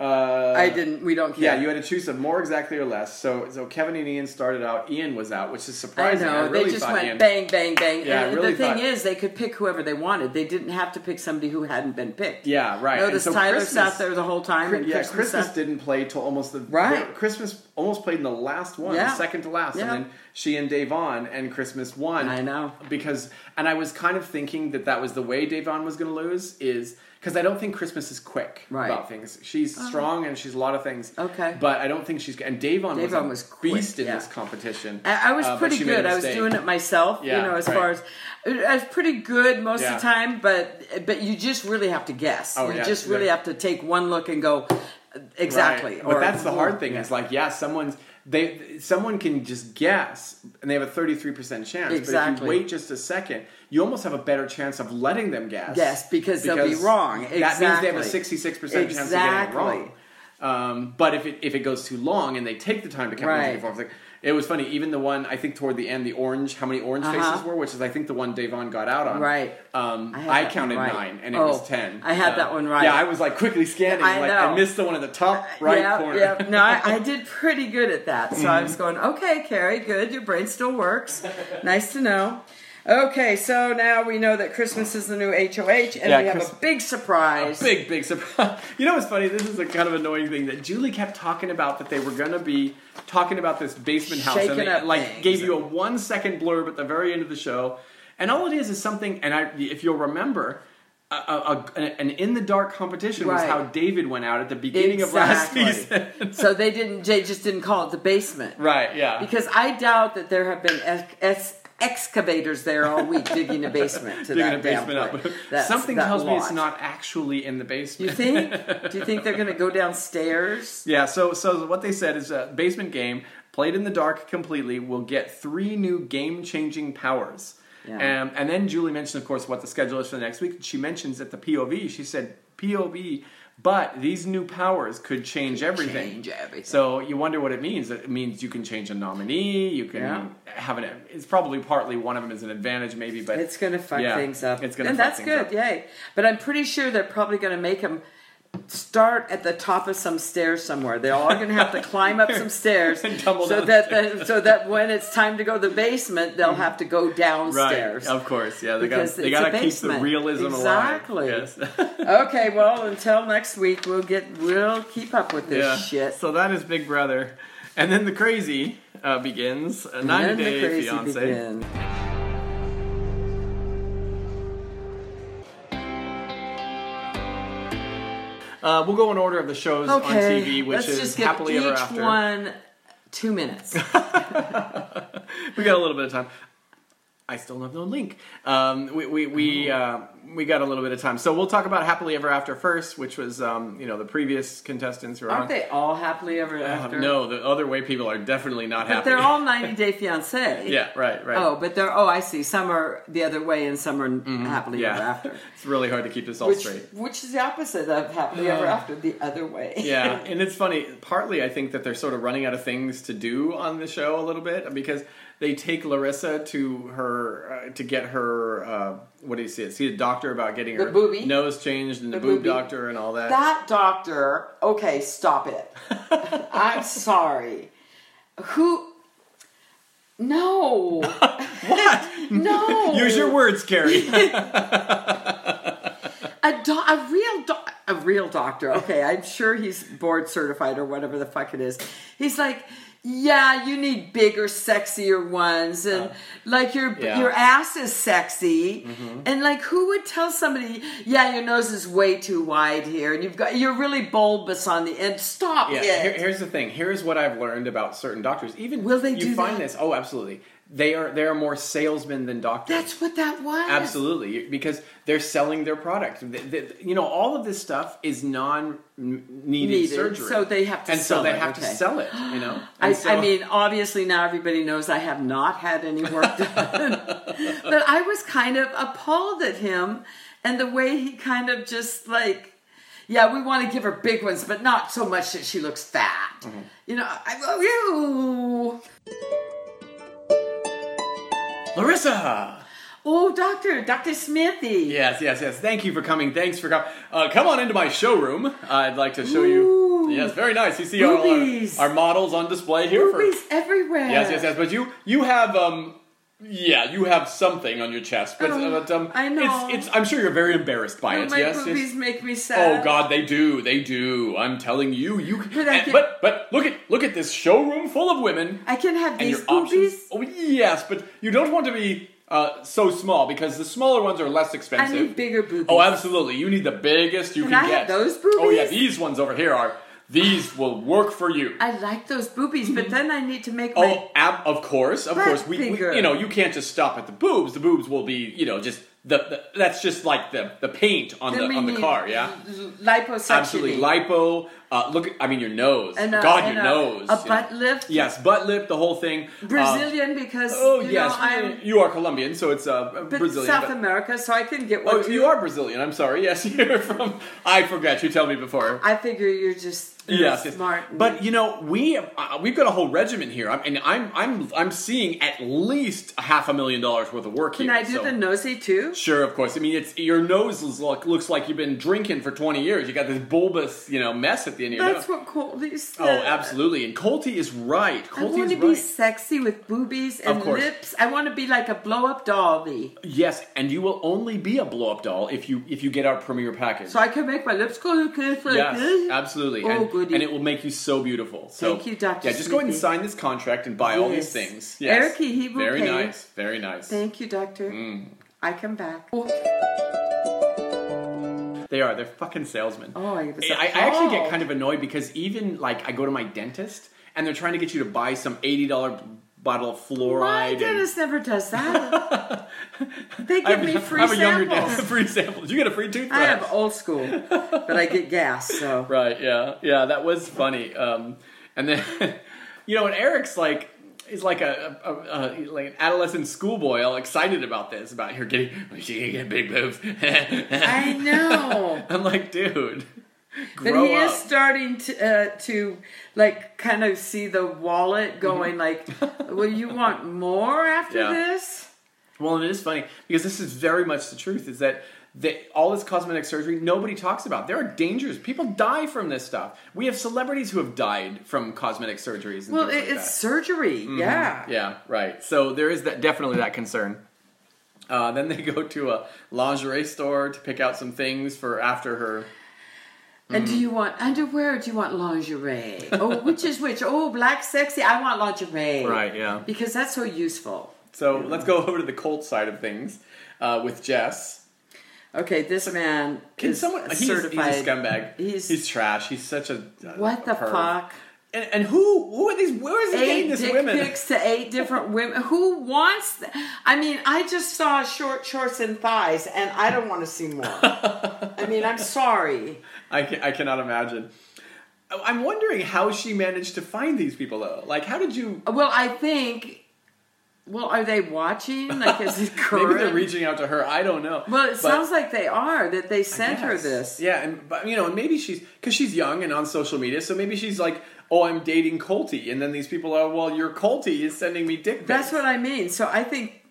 uh, I didn't. We don't care. Yeah, you had to choose some more exactly or less. So so Kevin and Ian started out. Ian was out, which is I surprising. know. really they just thought went Ian, bang, bang, bang. Yeah, I and really the thing thought- is, they could pick whoever they wanted. They didn't have to pick somebody who hadn't been picked. Yeah, right. And Notice so Tyler Christmas- sat there the whole time. and yeah, Christmas, Christmas sat- didn't play till almost the Right. Christmas almost played in the last one, Yeah. second to last, Yeah. and then she and Davon and Christmas won. I know. because, and I was kind of thinking that that was the way Davon was going to lose is because I don't think Christmas is quick Right. Uh-huh. about things. She's strong and she's a lot of things. Okay. but I don't think she's. And Davon, was, Davon a was quick, beast in yeah. this competition. I, I was Uh, but pretty she made a good. I was mistake. doing it myself, Yeah, you know, as right. far as I was pretty good most Yeah. of the time, but but you just really have to guess. Oh, you yeah, just really yeah. have to take one look and go exactly. Right. or- But that's the hard thing. Yeah. Is like, yeah, someone's they someone can just guess, and they have a thirty three percent chance. But if you Exactly. wait just a second, you almost have a better chance of letting them guess. Yes, because they'll be wrong. That means they have a Exactly. sixty six percent chance of getting it Exactly. wrong. Um, but if it if it goes too long and they take the time to count Right. right. forms, like it was funny. Even the one I think toward the end, the orange, how many orange Uh-huh. faces were, which is I think the one Davon got out on. Right. Um, I I, had that one counted right. nine, and it Oh, was ten. I had Um, that one right. Yeah, I was like quickly scanning. I like I know. missed the one at the top right yeah, corner. Mm-hmm. yeah. No, I, I did pretty good at that. So I was going, okay, Carrie, good. Your brain still works. nice to know. Okay, so now we know that Christmas is the new HOH, and Yeah, we have Christ- a big surprise. Big, big surprise. You know what's funny? This is a kind of annoying thing that Julie kept talking about that they were going to be talking about this basement house and Shaking they, up like things. gave you a one second blurb at the very end of the show. And all it is is something, and I, if you'll remember, a, a, a, an in the dark competition was Right. how David went out at the beginning of last season. so they didn't. They just didn't call it the basement right, yeah. because I doubt that there have been ex- ex- excavators there all week digging a basement to Digging that a damn basement up. place. That's- Something that tells me it's lot. not actually in the basement. You think? Do you think they're going to go downstairs? Yeah, so so what they said is uh, basement game played in the dark completely will get three new game changing powers. Yeah. Um, and then Julie mentioned, of course, what the schedule is for the next week. She mentions that the POV. She said POV, but these new powers could change everything. change everything. So you wonder what it means. It means you can change a nominee. You can Yeah. have an. It's probably partly one of them is an advantage, maybe, but It's going to fuck Yeah, things up. it's gonna and fuck that's things good, up. yay. But I'm pretty sure they're probably going to make them start at the top of some stairs somewhere. They're all going to have to climb up some stairs And tumble so down that the, so that when it's time to go to the basement, they'll have to go downstairs. Right, of course, yeah. They got Because they it's got to a keep the basement. realism Exactly. alive. Yes. Okay, well, until next week, we'll get we'll keep up with this Yeah. shit. So that is Big Brother, and then the crazy uh, begins. A And ninety then the day crazy fiance. begin. Uh, we'll go in order of the shows on Okay, TV, which let's is just give happily each ever after. one two minutes. Oh. We got a little bit of time. I still have no link. Um, we we, we uh, we got a little bit of time, so we'll talk about happily ever after first, which was um, you know the previous contestants who are on. Aren't they all happily ever Uh, after? no, the other way people are definitely not But happy. they're all 90 Day Fiance. yeah, right, right. Oh, but they're, oh, I see. Some are the other way and some are happily Mm-hmm. yeah. ever after. it's really hard to keep this all Which, straight. which is the opposite of happily ever after, the other way. Yeah, and it's funny. Partly, I think that they're sort of running out of things to do on the show a little bit because they take Larissa to her uh, to get her uh, what do you see it? See a doctor about getting The her boobie? nose changed and the, The boob boobie. doctor and all that. That doctor, okay, stop it. I'm sorry. Who? No. what? No. Use your words, Carrie. A, do- a real do- a real doctor. Okay, I'm sure he's board certified or whatever the fuck it is. He's like, yeah, you need bigger, sexier ones, and like your Uh, yeah. Mm-hmm. your ass is sexy, and like who would tell somebody, yeah, your nose is way too wide here, and you've got you're really bulbous on the end. Stop Yeah, it. here- here's the thing. Here's what I've learned about certain doctors. Even Will they you do find that? this? Oh, absolutely. They are they are more salesmen than doctors. That's what that was. Absolutely, You- because they're selling their product. Th- th- You know, all of this stuff is non-needed Needed, surgery, so they have to and so sell they it, have okay. to sell it. You know, I, And so- I mean, obviously now everybody knows I have not had any work done, but I was kind of appalled at him and the way he kind of just like, yeah, we want to give her big ones, but not so much that she looks fat. Mm-hmm. You know, I go, you. Larissa. Oh, doctor, Doctor Smithy. Yes, yes, yes. Thank you for coming. Thanks for coming. Uh, come on into my showroom. I'd like to show Ooh. you. Yes, very nice. You see all Boobies. our, our models on display here for Movies everywhere. Yes, yes, yes. But you, you have, um, yeah, you have something on your chest. But, Oh, but um, I know. It's, it's. I'm sure you're very embarrassed by Oh, it. my yes, movies yes. make me sad. Oh God, they do, they do. I'm telling you, you. But I and- can- but but look at look at this showroom full of women I can have and these your options. boobies. Oh yes, but you don't want to be uh, so small because the smaller ones are less I expensive. need bigger boobies. Oh, absolutely. You need the biggest you Can can I get. have those Oh yeah, boobies? these ones over here are. These will work for you. I like those boobies, but then I need to make my Mm-hmm. Oh, ab- of course, of Right, course. We, we, bigger. you know, you can't just stop at the boobs. The boobs will be, you know, just the, the that's just like the the paint on Then the we on the need car. Yeah, l- liposuction. absolutely. Lipo. Uh, look, at- I mean, your nose. And a- God, and your a- nose. a you butt know. lift. Yes, butt lift. The whole thing. Uh, Brazilian because oh you yes, know I'm you are Colombian, so it's uh, but Brazilian. South but- America, so I can get one. Oh, too. you are Brazilian. I'm sorry. Yes, you're from. I forgot. You tell me before. I figure you're just you're yes, yes. smart. and- But you know, we uh, we've got a whole regiment here, I'm, and I'm I'm I'm seeing at least a half a million dollars worth of work can here. I do so- the nosy too? Sure, of course. I mean, it's your nose is like, looks like you've been drinking for twenty years. You got this bulbous, you know, mess at the end of your That's nose. what Colty said. Oh, absolutely. And Colty is right. I Colty want is to be right. sexy with boobies and course. lips. I want to be like a blow up dolly, Yes, and you will only be a blow up doll if you if you get our premier package. so I can make my lips go like this. Like Yes, this. absolutely. Oh, and, goody. and it will make you so beautiful. So, Thank you, Dr. Yeah, just go ahead and Smithy. sign this contract and buy all these Yes. things. Yes. Erica, he will Very pay. nice. Very nice. Thank you, doctor. Mm. I come back. Oh, They are. They're fucking salesmen. I, was I, I actually get appalled. kind of annoyed because even like I go to my dentist and they're trying to get you to buy some eighty dollar bottle of My fluoride. dentist never does that. they and, I give have, me free I have a younger dentist. samples. Free samples. You get a free toothbrush. I have old school, but I get gas. So Right, yeah. Yeah, that was funny. Um, and then, you know, and Eric's like, he's like a, a, a, like an adolescent schoolboy all excited about this, about her getting, she's gonna get big boobs. I know, I'm like, dude, but grow he up. is starting to uh, to like kind of see the wallet going like, "Well, you want more after Mm-hmm. Yeah. this?" Well, and it is funny because this is very much the truth is that the, all this cosmetic surgery nobody talks about. There are dangers. People die from this stuff. We have celebrities who have died from cosmetic surgeries. And Well, things it, like it's that. Mm-hmm. surgery. Yeah. Yeah, right. So there is that definitely that concern. Uh, then they go to a lingerie store to pick out some things for after her. And Mm-hmm. do you want underwear or do you want lingerie? oh, which is which? Oh, black sexy. I want lingerie. Right, yeah. Because that's so useful. So let's go over to the Colt side of things uh, with Jess. Okay, this man Can is someone? a He's, he's a certified. scumbag. he's- he's trash. He's such a What the perv. fuck? And, and who who are these? Where is he getting eight this dick women? pics to eight different women. Who wants? th- I mean, I just saw short shorts and thighs, and I don't want to see more. I mean, I'm sorry. I can, I cannot imagine. I- I'm wondering how she managed to find these people though. Like, how did you? Well, I think. Well, are they watching? Like, is it current? Maybe they're reaching out to her. I don't know. Well, it But- sounds like they are that they sent her Yes. this. Yeah, and but you know, and maybe she's because she's young and on social media, so maybe she's like, "Oh, I'm dating Colty," and then these people are, "Well, your Colty is sending me dick pics." That's what I mean. So I think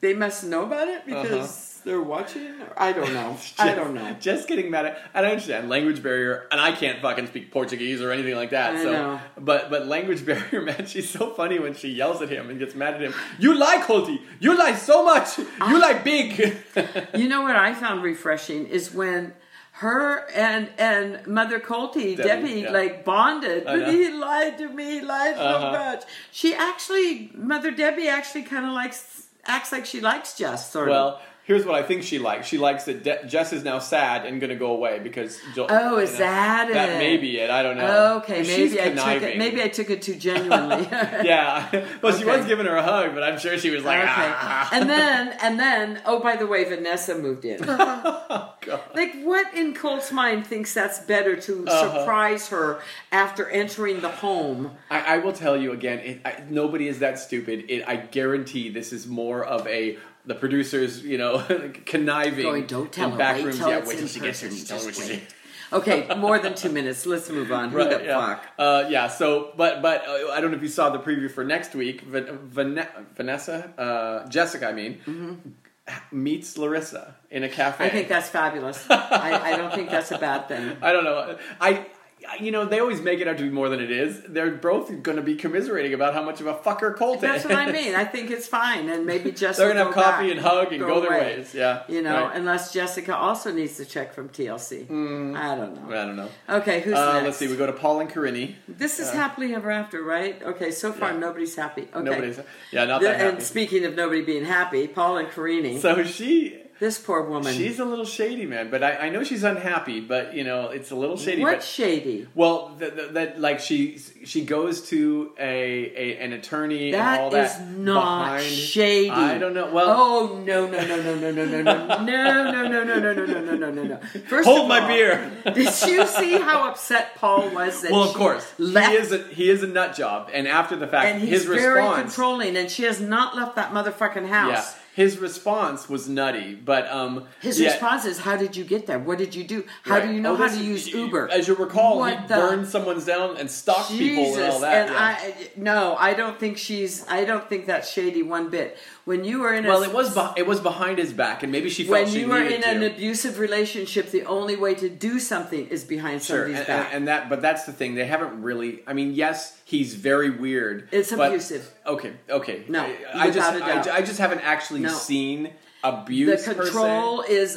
they must know about it Uh-huh. because they're watching. Or I don't know. I don't know. Just getting mad at, and I understand language barrier, and I can't fucking speak Portuguese or anything like that. I so, know. but but language barrier, man, she's so funny when she yells at him and gets mad at him. You lie, Colty. You lie so much. You lie big. You know what I found refreshing is when her and and Mother Colty, Debbie, yeah. like bonded, I but know. he lied to me, he lied Uh-huh. so much. She actually, Mother Debbie actually kind of likes, acts like she likes Jess, sort of. well. Here's what I think she likes. She likes that De- Jess is now sad and going to go away because. Joel, Oh, you is know, that it? That may be it. I don't know. Okay, She's maybe I took it. conniving. Maybe I took it too genuinely. Yeah. Well, she Okay. was giving her a hug, but I'm sure she was like, Okay. ah. And then, and then, oh, by the way, Vanessa moved in. Oh, Like, what in Colt's mind thinks that's better to Uh-huh. surprise her after entering the home? I, I will tell you again, it, I, nobody is that stupid. It, I guarantee this is more of a the producers, you know, conniving. Going, don't tell in her. back Wait rooms. till yeah, it's wait in till she gets here. person. Tell her what Just she wait. Okay, more than two minutes. Let's move on. Who the yeah. fuck? Uh, yeah. So, but but uh, I don't know if you saw the preview for next week. Van- Van- Vanessa, uh, Jessica, I mean, meets Larissa in a cafe. Mm-hmm. I think that's fabulous. I, I don't think that's a bad thing. I don't know. I, I- you know, they always make it out to be more than it is. They're both going to be commiserating about how much of a fucker Colt That's is. what I mean. I think it's fine, and maybe Jessica. They're gonna have will coffee back- and hug and go, their away. ways. Yeah, You know, right. unless Jessica also needs to check from TLC. I don't know. I don't know. Okay, who's Uh, next? let's see. We go to Paul and Karini. This is happily ever after, right? Okay, so far Yeah. nobody's happy. Okay. Nobody's. Yeah, not The- that happy. and speaking of nobody being happy, Paul and Carini, so she. this poor woman. She's a little shady, man. But I, I know she's unhappy. But you know, it's a little shady. what but shady? Well, th th that like she she goes to a, a an attorney That and all is that. not behind- shady. I don't know. Well, oh no no no no no no no no no no no no no no no no no no no. First hold of my all, beer. Did you see how upset Paul was that? Well, of she course, left he is a he is a nut job, and after the fact, and his he's very response, controlling, and she has not left that motherfucking house. yeah, his response was nutty. But um, His yeah, response is, "How did you get there? What did you do? How right. do you know Oh, how this- to use you- Uber?" As you recall, What he the- burned someone's down and stalked people and all that. and yeah. I no, I don't think she's. I don't think that's shady one bit. When you are in a well, it was beh it was behind his back, and maybe she felt when she you are in needed an to. abusive relationship, the only way to do something is behind Sure, somebody's and, and, back. and that, but that's the thing. They haven't really. I mean, yes, he's very weird. It's but- abusive. Okay, okay. No, I, I just, without a doubt. I, I just haven't actually No. seen the abuse. per se. control is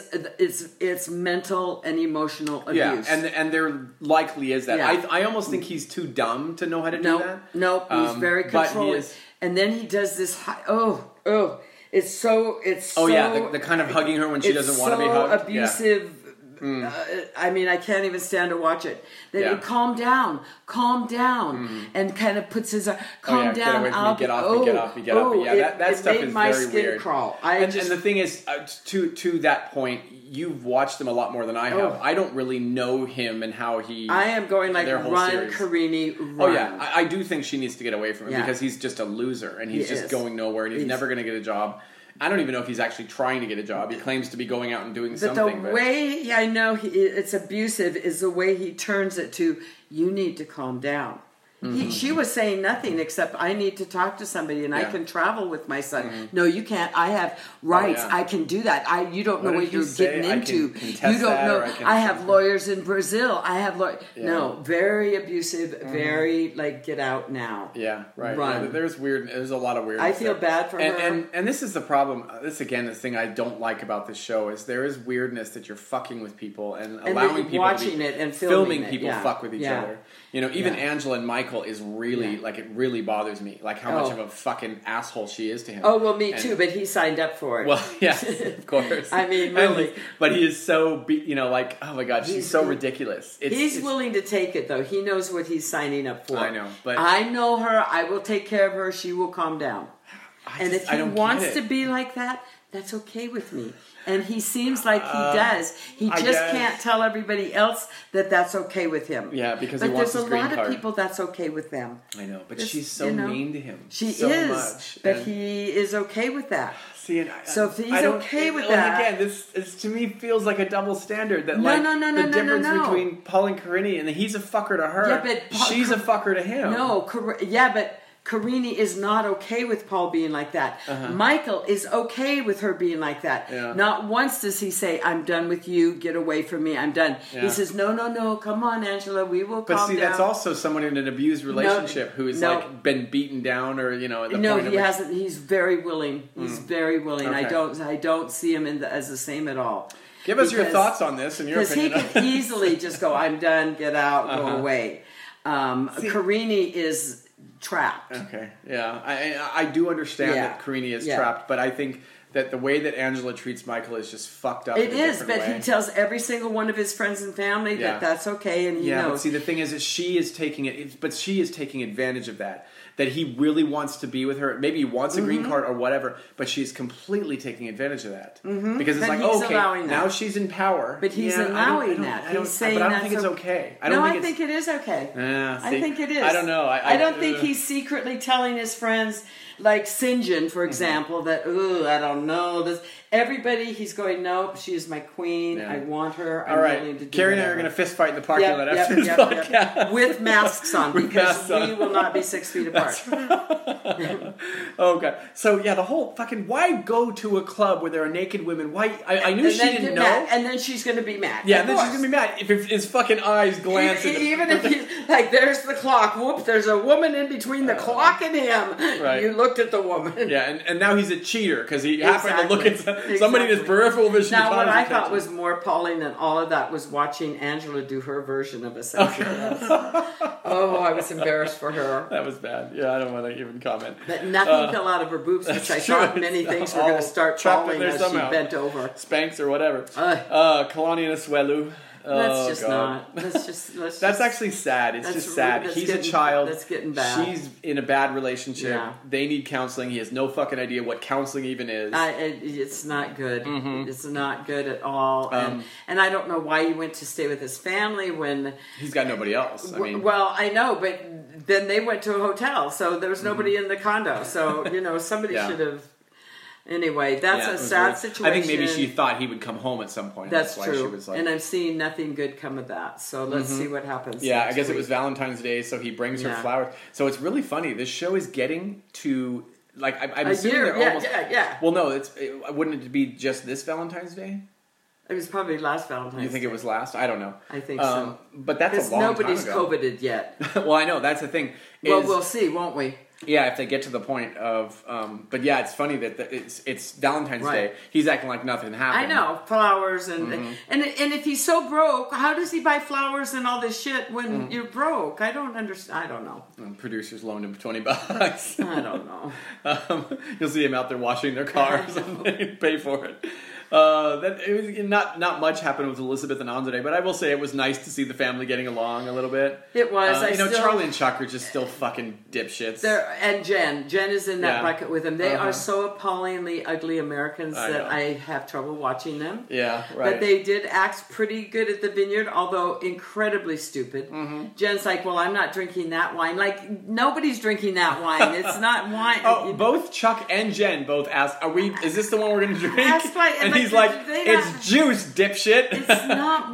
it's it's mental and emotional abuse. Yeah, and and there likely is that. Yeah. I I almost think he's too dumb to know how to no, do that. no, he's Um, very but he controlling. is- And then he does this. High, oh, oh, it's so it's oh so, yeah, the, the kind of hugging her when she doesn't it's want to be so hugged. Yeah. Hmm. Abusive. uh, I mean, I can't even stand to watch it. Then Yeah. Hmm. he calm down, calm down, and kind of puts his uh, calm Oh, yeah, get down. away from me, I'll get be- off me, get off me, get off me. oh, Yeah, it, that- that it stuff made is my very skin weird. crawl. I and, just and the thing is, uh, to to that point, you've watched him a lot more than I have. Oh. I don't really know him and how he. I am going like their whole run, series. Carini, run. Oh yeah, I, I do think she needs to get away from him Yeah. because he's just a loser and he's He just is. going nowhere and he's, He's- never going to get a job. I don't even know if he's actually trying to get a job. He claims to be going out and doing but something. the but- way yeah, I know he, it's abusive is the way he turns it to you need to calm down. Mm-hmm. He, she was saying nothing except I need to talk to somebody and I Yeah. Mm-hmm. Oh, can travel with my son. No, you can't. I have rights. yeah. I can do that. I you don't What know did what he you're say? getting I can into. contest you don't that know. or I can I, have something. lawyers in Brazil. I have lawyers. No, very abusive. Very like get out now. Mm-hmm. Yeah, right. Run. Yeah, there's weird. There's a lot of weird. I feel bad for and, her. And and this is the problem. uh, This again, the thing I don't like about this show is there is weirdness that you're fucking with people and, that allowing people you're to be- watching it and filming it, people yeah. fuck with each Yeah. other. You know, even Yeah. Angela and Michael Michael is really like it really bothers me, like how much Oh. of a fucking asshole she is to him. Oh well, me And- too. But he signed up for it. Well, yeah, of course. I mean, And, really. like, but he is so be- you know like oh my god, she's He's- so ridiculous. It's, he's it's- willing to take it though. He knows what he's signing up for. I know, but- I know her. I will take care of her. She will calm down. I and just- if I he don't get wants it. to be like that, that's okay with me. And he seems like he does. He Uh, I just guess. can't tell everybody else that that's okay with him. Yeah, because he but wants there's his a green lot card. of people that's okay with them. I know, but This- she's so you know, mean to him. She so is, much. but and- he is okay with that. See, and I, So if he's I don't- okay with and that- again, this, this to me feels like a double standard. That No, like no, no, no, the no, no, difference no. between Paul and Karini, and he's a fucker to her. Yeah, but Paul- she's a fucker to him. No, Car- yeah, but Karini is not okay with Paul being like that. Michael is okay with her being like that. Uh-huh. Yeah. Not once does he say, "I'm done with you. Get away from me. I'm done." Yeah. He says, "No, no, no. Come on, Angela. We will But calm see, down." that's also someone in an abused relationship who has no. like been beaten down, or you know, at the no, point he of which- Mm. hasn't. He's very willing. He's very willing. I Okay. don't. I don't see him in the, as the same at all. Give us your Because- thoughts on this and your Because he opinion. on could this. easily just go, "I'm done. Get out. Uh-huh. Go away." Um, Karini is trapped. Okay. Yeah, I I- I do understand Yeah. that Karini is Yeah. trapped, but I think that the way that Angela treats Michael is just fucked up. It in a is, but different way. he tells every single one of his friends and family Yeah. that that's okay, and he Yeah, but knows. see, the thing is, that she is taking it, it's- but she is taking advantage of that. That he really wants to be with her. Maybe he wants a Mm-hmm. green card or whatever, but she's completely taking advantage of that because it's But like, Mm-hmm. he's okay, allowing that. now she's in power. But he's Yeah, I don't- I allowing don't- that. I don't- He's saying but I don't that's think it's o- okay. I don't no, think I think it is okay. Yeah, see, I think it is. I don't know. I- I- don't think uh, he's secretly telling his friends, like Sinjin, Mm-hmm. for example, that ooh, I don't know this. Everybody, he's going, nope, she is my queen. Yeah. I want her. All I'm willing to right, do Carrie and I are whatever." going to fist fight in the parking Yep, lot yep, after yep, this yep. podcast. with masks on With because masks on. we will not be six feet apart. Oh god. So yeah, the whole fucking why go to a club where there are naked women? Why? I, I knew And she then didn't get know. mad- and then she's going to be mad. yeah, Of then she's course. gonna be mad if, if his fucking eyes glance. Even, at the- even if he's like, there's the clock. Whoop, there's a woman in between the clock and him. Uh, Right. You looked at the woman. Yeah, and, and now he's a cheater because he happened to look at Exactly. some- somebody in his Exactly. peripheral vision. Now, caught what his I thought attention. was more appalling than all of that was watching Angela do her version of a sexual Oh, I was embarrassed for her. that was bad. Yeah, I don't want to even comment. But nothing fell out of her boobs, which I Uh, that's true. thought many things were All going to start trapped in falling there as somehow. she bent over. Spanks or whatever. Uh, Ugh. Kalani and Asuelu. Oh, Let's just God. not. Let's just. Let's That's just, actually sad. It's That's just re- sad. that's He's a getting- child. that's getting bad. She's in a bad relationship. Yeah. They need counseling. He has no fucking idea what counseling even is. I, it, it's not good. It's not good at all. Mm-hmm. Um, and, and I don't know why he went to stay with his family when. He's got nobody else. I mean, well, I know, but then they went to a hotel, so there was nobody in the condo. So you know, somebody Mm-hmm. Yeah. should have. Anyway, yeah, that's it a was sad weird. situation. I think maybe she thought he would come home at some point. That's, why true, she was like, Mm-hmm. and I'm seeing nothing good come of that. So let's see what happens. Yeah, I next guess it week. was Valentine's Day, so he brings her Yeah. flowers. So it's really funny. This show is getting to like I'm, I'm A assuming year, they're yeah, almost. yeah, yeah. Well, no, it's it, wouldn't it be just this Valentine's Day? It was probably last Valentine's. You think it was last? I don't know. Um, I think so. But that's because a long nobody's time ago. coveted yet. well, I know that's the thing. well, is- we'll see, won't we? Yeah, if they get to the point of, um, but yeah, it's funny that the, it's it's Valentine's Right. Day. He's acting like nothing I happened. know flowers and Mm-hmm. and and if he's so broke, how does he buy flowers and all this shit when Mm. you're broke? I don't understand. I don't know. And producers loaned him twenty bucks. I don't know. um, you'll see him out there washing their cars and they pay for it. Uh, that it was not not much happened with Elizabeth and On today, but I will say it was nice to see the family getting along a little bit. It was. Uh, I you know, still, Charlie and Chuck are just still fucking dipshits. They're- and Jen. Jen is in that Yeah. bucket with him. They Uh-huh. are so appallingly ugly Americans I that know. I have trouble watching them. yeah, right. But they did act pretty good at the vineyard, although incredibly stupid. Mm-hmm. Jen's like, "Well, I'm not drinking that wine. Like nobody's drinking that wine. It's not wine." Oh, both Chuck and Jen both asked, "Are we? Is this the one we're going to drink?" That's right, And, and he's like, like, they "It's not- juice, dipshit." It's not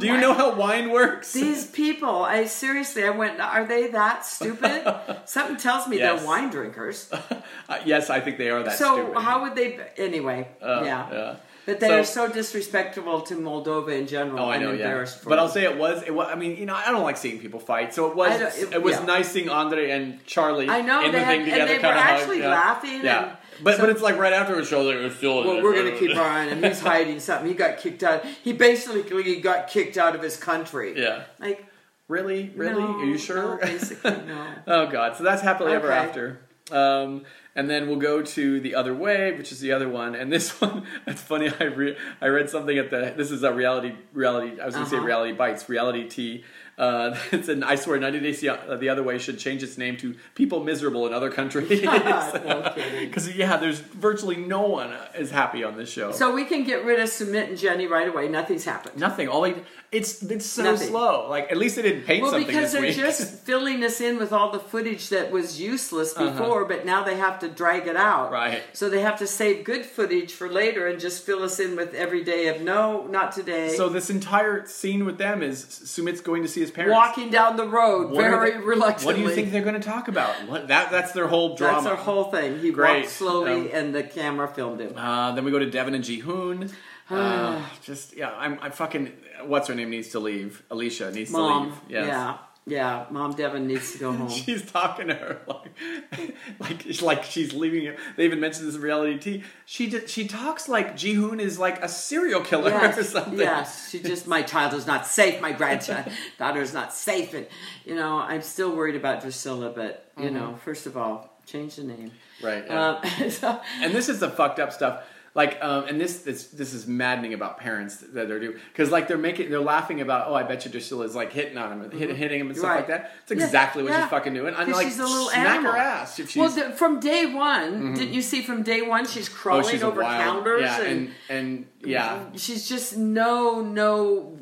Do you wine. know how wine works? These people, I seriously, I went, are they that stupid? Something tells me Yes. they're wine drinkers. Uh, yes, I think they are that so stupid. how would they? Anyway, Uh, yeah. yeah. But they So- are so disrespectful to Moldova in general. Oh, I know, I'm yeah. embarrassed for But I'll them. say it was, it was. I mean, you know, I don't like seeing people fight, so it was. I It, don't- it- was yeah. nice seeing Andre and Charlie. I know, in they the had- thing and together, they were kinda hug, actually yeah. laughing Yeah, and but but so- it's like right after a show, like, it's still. uh, Well, we're gonna keep our eye on him. He's hiding something. He got kicked out. He basically got kicked out of his country. Yeah. Like Really? Really? No, Are you sure? No, basically, no. Oh God! So that's happily ever Okay. after. Um, and then we'll go to the other way, which is the other one. And this one, it's funny. I re- I read something at the. This is a reality reality. I was going to say Uh-huh. reality bites. Reality T. Uh, it's an. I swear, ninety days the, uh, the other way should change its name to people miserable in other countries. No kidding. Because yeah, there's virtually no one uh, is happy on this show. So we can get rid of Submit and Jenny right away. Nothing's happened. nothing. All they. It's it's so Nothing. slow. Like at least they didn't paint Well, something because this they're week. just filling us in with all the footage that was useless Uh-huh. before, but now they have to drag it out. Right. So they have to save good footage for later and just fill us in with every day of no, not today. so this entire scene with them is Sumit's going to see his parents. walking down the road What are very they- reluctantly. What do you think they're going to talk about? What that that's their whole drama. That's our whole thing. He Great. walked slowly, Um, and the camera filmed him. Uh, then we go to Devin and Jihoon. Uh, just yeah, I'm, I'm fucking. What's her name needs to leave. Alicia needs to Mom, leave. Yes. yeah, yeah. Mom Devon needs to go home. She's talking to her like, like, it's like she's leaving. Him. They even mentioned this in reality T. She did, she talks like Jihoon is like a serial killer or yes, something. yes. She just my child is not safe. My grandchild daughter is not safe, and you know I'm still worried about Drusilla. But you know, first of all, change the name. Right. yeah. Um, so, and this is the fucked up stuff. Like, um, and this, this this is maddening about parents that they're doing because like they're making they're laughing about oh I bet you Drusilla is like hitting on him hit, hitting him and stuff Mm-hmm. Right. like that. It's Yeah, exactly what yeah. she's fucking doing. I'm 'Cause like she's a little smack animal. her ass if she's Mm-hmm. well, the, from day one, didn't you see? From day one, she's oh crawling she's a over wild counters yeah and and, and yeah she's just no no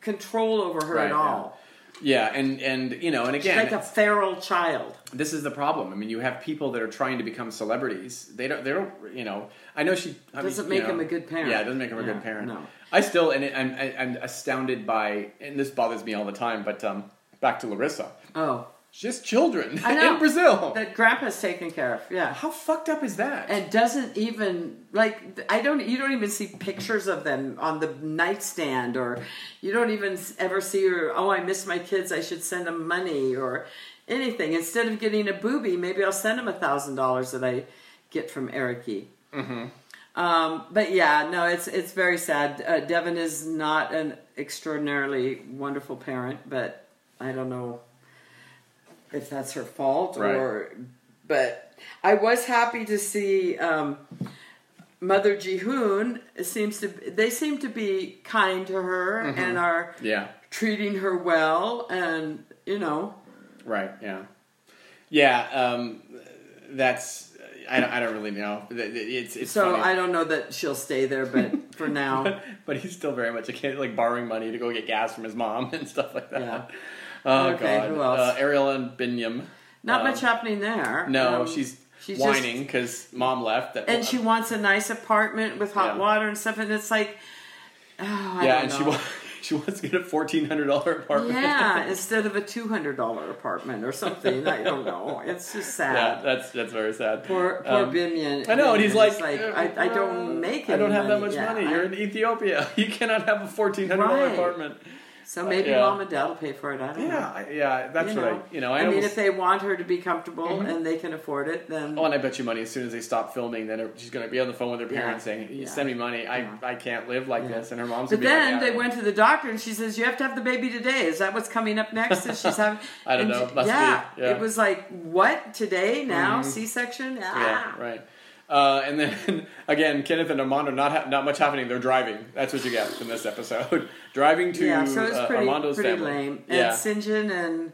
control over her Right, at yeah. all. yeah and and you know and again Like a feral child. this is the problem. I mean, you have people that are trying to become celebrities. They don't. They don't. You know. I know she I mean, Doesn't you make know, them a good parent. Yeah, it doesn't make them a Yeah, good parent. no. I still and it, I'm I, I'm astounded by and this bothers me all the time. But um, back to Larissa. Oh, Just children I know. in Brazil. that grandpa's taken care of. Yeah, How fucked up is that? and doesn't even like I don't. You don't even see pictures of them on the nightstand, or you don't even s- ever see her. Oh, I miss my kids. I should send them money or anything. Instead of getting a booby, maybe I'll send him a thousand dollars that I get from E. Ericy. Um, but yeah, no, it's it's very sad. Uh, Devin is not an extraordinarily wonderful parent, but I don't know if that's her fault Right. or. But I was happy to see um, Mother Jihoon seems to they seem to be kind to her Mm-hmm. and are yeah. treating her well, and you know, Right. Yeah. Yeah. Um, that's. I don't, I don't really know. It's, it's so funny. I don't know that she'll stay there, but for now, but he's still very much a kid, like borrowing money to go get gas from his mom and stuff like that. Yeah. Oh Okay, god. who else? Uh, Ariel and Binyam. not Um, much happening there. No, Um, she's, she's just- whining because mom left. That and she wants a nice apartment with hot Yeah. water and stuff and it's like oh, I yeah, don't and she know. wa- she wants to get a fourteen hundred dollar apartment. yeah instead of a $200 apartment or something i don't know it's just Yeah, sad that's that's very sad. poor poor Um, bimian I know, and he's like, "Uh, I, I don't make I don't any have that much Yeah, money. I- You're in Ethiopia. You cannot have a fourteen hundred dollar Right. apartment. so maybe yeah. mom and dad will pay for it i don't Yeah, know I- yeah, that's you what know, I, you know, I, mean, almost, Mm-hmm. if they want her to be comfortable and they can afford it, then Oh, and I bet you money as soon as they stop filming, then she's going to be on the phone with her Yeah. parents saying, "You Yeah. "Send me money. I, Yeah. I can't live like Yeah. this." And her mom's. But gonna be like, then "Yeah." they went to the doctor, and she says, "You have to have the baby today. Is that what's coming up next?" And she's having. I don't and know. Must yeah, be. Yeah. Mm-hmm. it was like what today now C-section. Ah. Yeah, right. Uh, and then again, Kenneth and Armando not ha- not much happening. They're driving. That's what you get from this episode. driving to Yeah, so it's uh, pretty Armando's pretty family. lame. And Yeah, Sinjin and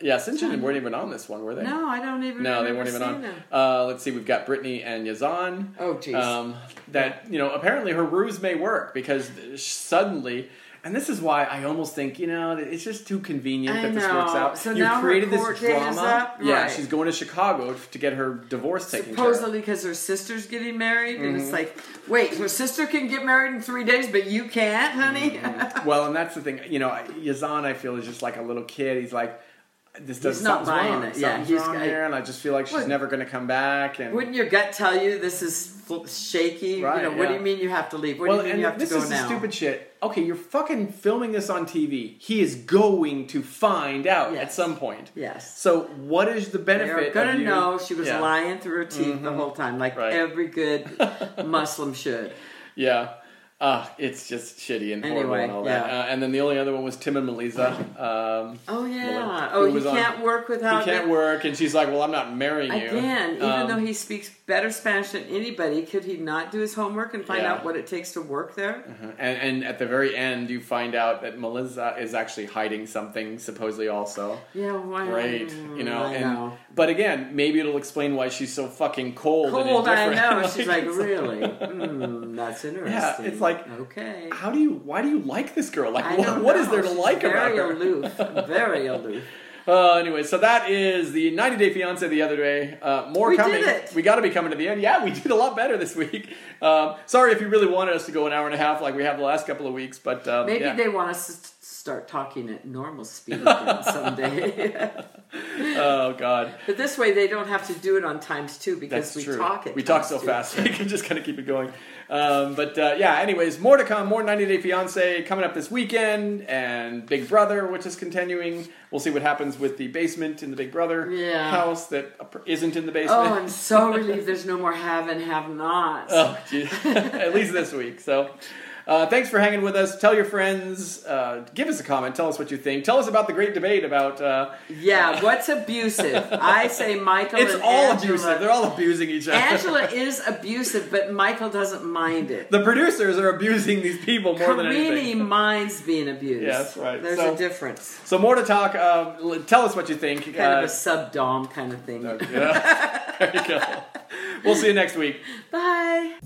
yeah. Sinjin weren't even on this one, were they? no, I don't even. No, they remember weren't even seeing on. them. Uh, let's see. We've got Brittany and Yazan. Oh, jeez. Um, that you know, apparently her ruse may work because suddenly, and this is why I almost think you know it's just too convenient I that this know. works out. So you now her created court this date drama. is up? Yeah, Right. she's going to Chicago to get her divorce taken care of. Mm-hmm. Supposedly, because her sister's getting married, and it's like, wait, her sister can get married in three days, but you can't, honey. well, and that's the thing. You know, Yazan, I feel, is just like a little kid. He's like, this does He's not something's buying wrong. it. Yeah, Something's he's- wrong I- here, and I just feel like she's Wouldn't- never going to come back. And Wouldn't your gut tell you this is fl- shaky? Right, you know, what do yeah. you mean you have to leave? What well, do you mean and you have this to go is the now? stupid shit. Okay, you're fucking filming this on TV. He is going to find out at Yes. some point. Yes. So, what is the They benefit? were gonna of you- know she was Yeah. Mm-hmm. lying through her teeth the whole time, like Right. every good Muslim should. Yeah. Uh, it's just shitty and horrible Anyway, and all that. yeah. Uh, and then the only other one was Tim and Melissa. Um, Oh yeah. Malin- Oh, who he was on- can't work he without. can't it. work, and she's like, "Well, I'm not marrying you." Again, even Um, though he speaks better Spanish than anybody, could he not do his homework and find Yeah. out what it takes to work there? uh-huh. and, and at the very end, you find out that Melissa is actually hiding something, supposedly also. Yeah, why? Great, you know, Mm, I and know. but again, maybe it'll explain why she's so fucking cold. and Cold, I indifferent. know. She's like, it's really? Mm, that's interesting. it's like, okay. how do you? Why do you like this girl? Like, I what, don't what is know. there to She's like about very her? aloof. Very aloof. Uh, anyway, so that is the 90 Day Fiance the other day. Uh, more We did coming. it. We got to be coming to the end. Yeah, we did a lot better this week. Um, sorry if you really wanted us to go an hour and a half like we have the last couple of weeks, but um, Maybe yeah. they want us to s- start talking at normal speed again someday. oh god, but this way, they don't have to do it on times two because that's we true. talk it. we talk so fast. we can just kind of keep it going. Um, but uh, yeah, anyways, more to come. More 90 Day Fiance coming up this weekend, and Big Brother, which is continuing. We'll see what happens with the basement in the Big Brother Yeah. house that isn't in the basement. Oh, I'm so relieved there's no more have and have nots. Oh, geez. at least this week. So, uh, thanks for hanging with us. Tell your friends. Uh, give us a comment. Tell us what you think. Tell us about the great debate about. Uh, Yeah, what's abusive? I say Michael. it's and all Angela. abusive. They're all abusing each other. Angela is abusive, but Michael doesn't mind it. the producers are abusing these people more than Karini anything. minds being abused. Yeah, that's right. There's So- a difference. So more to talk. Um, l- tell us what you think. Kind of Uh, a sub-dom kind of thing. yeah. there you go. We'll see you next week. Bye.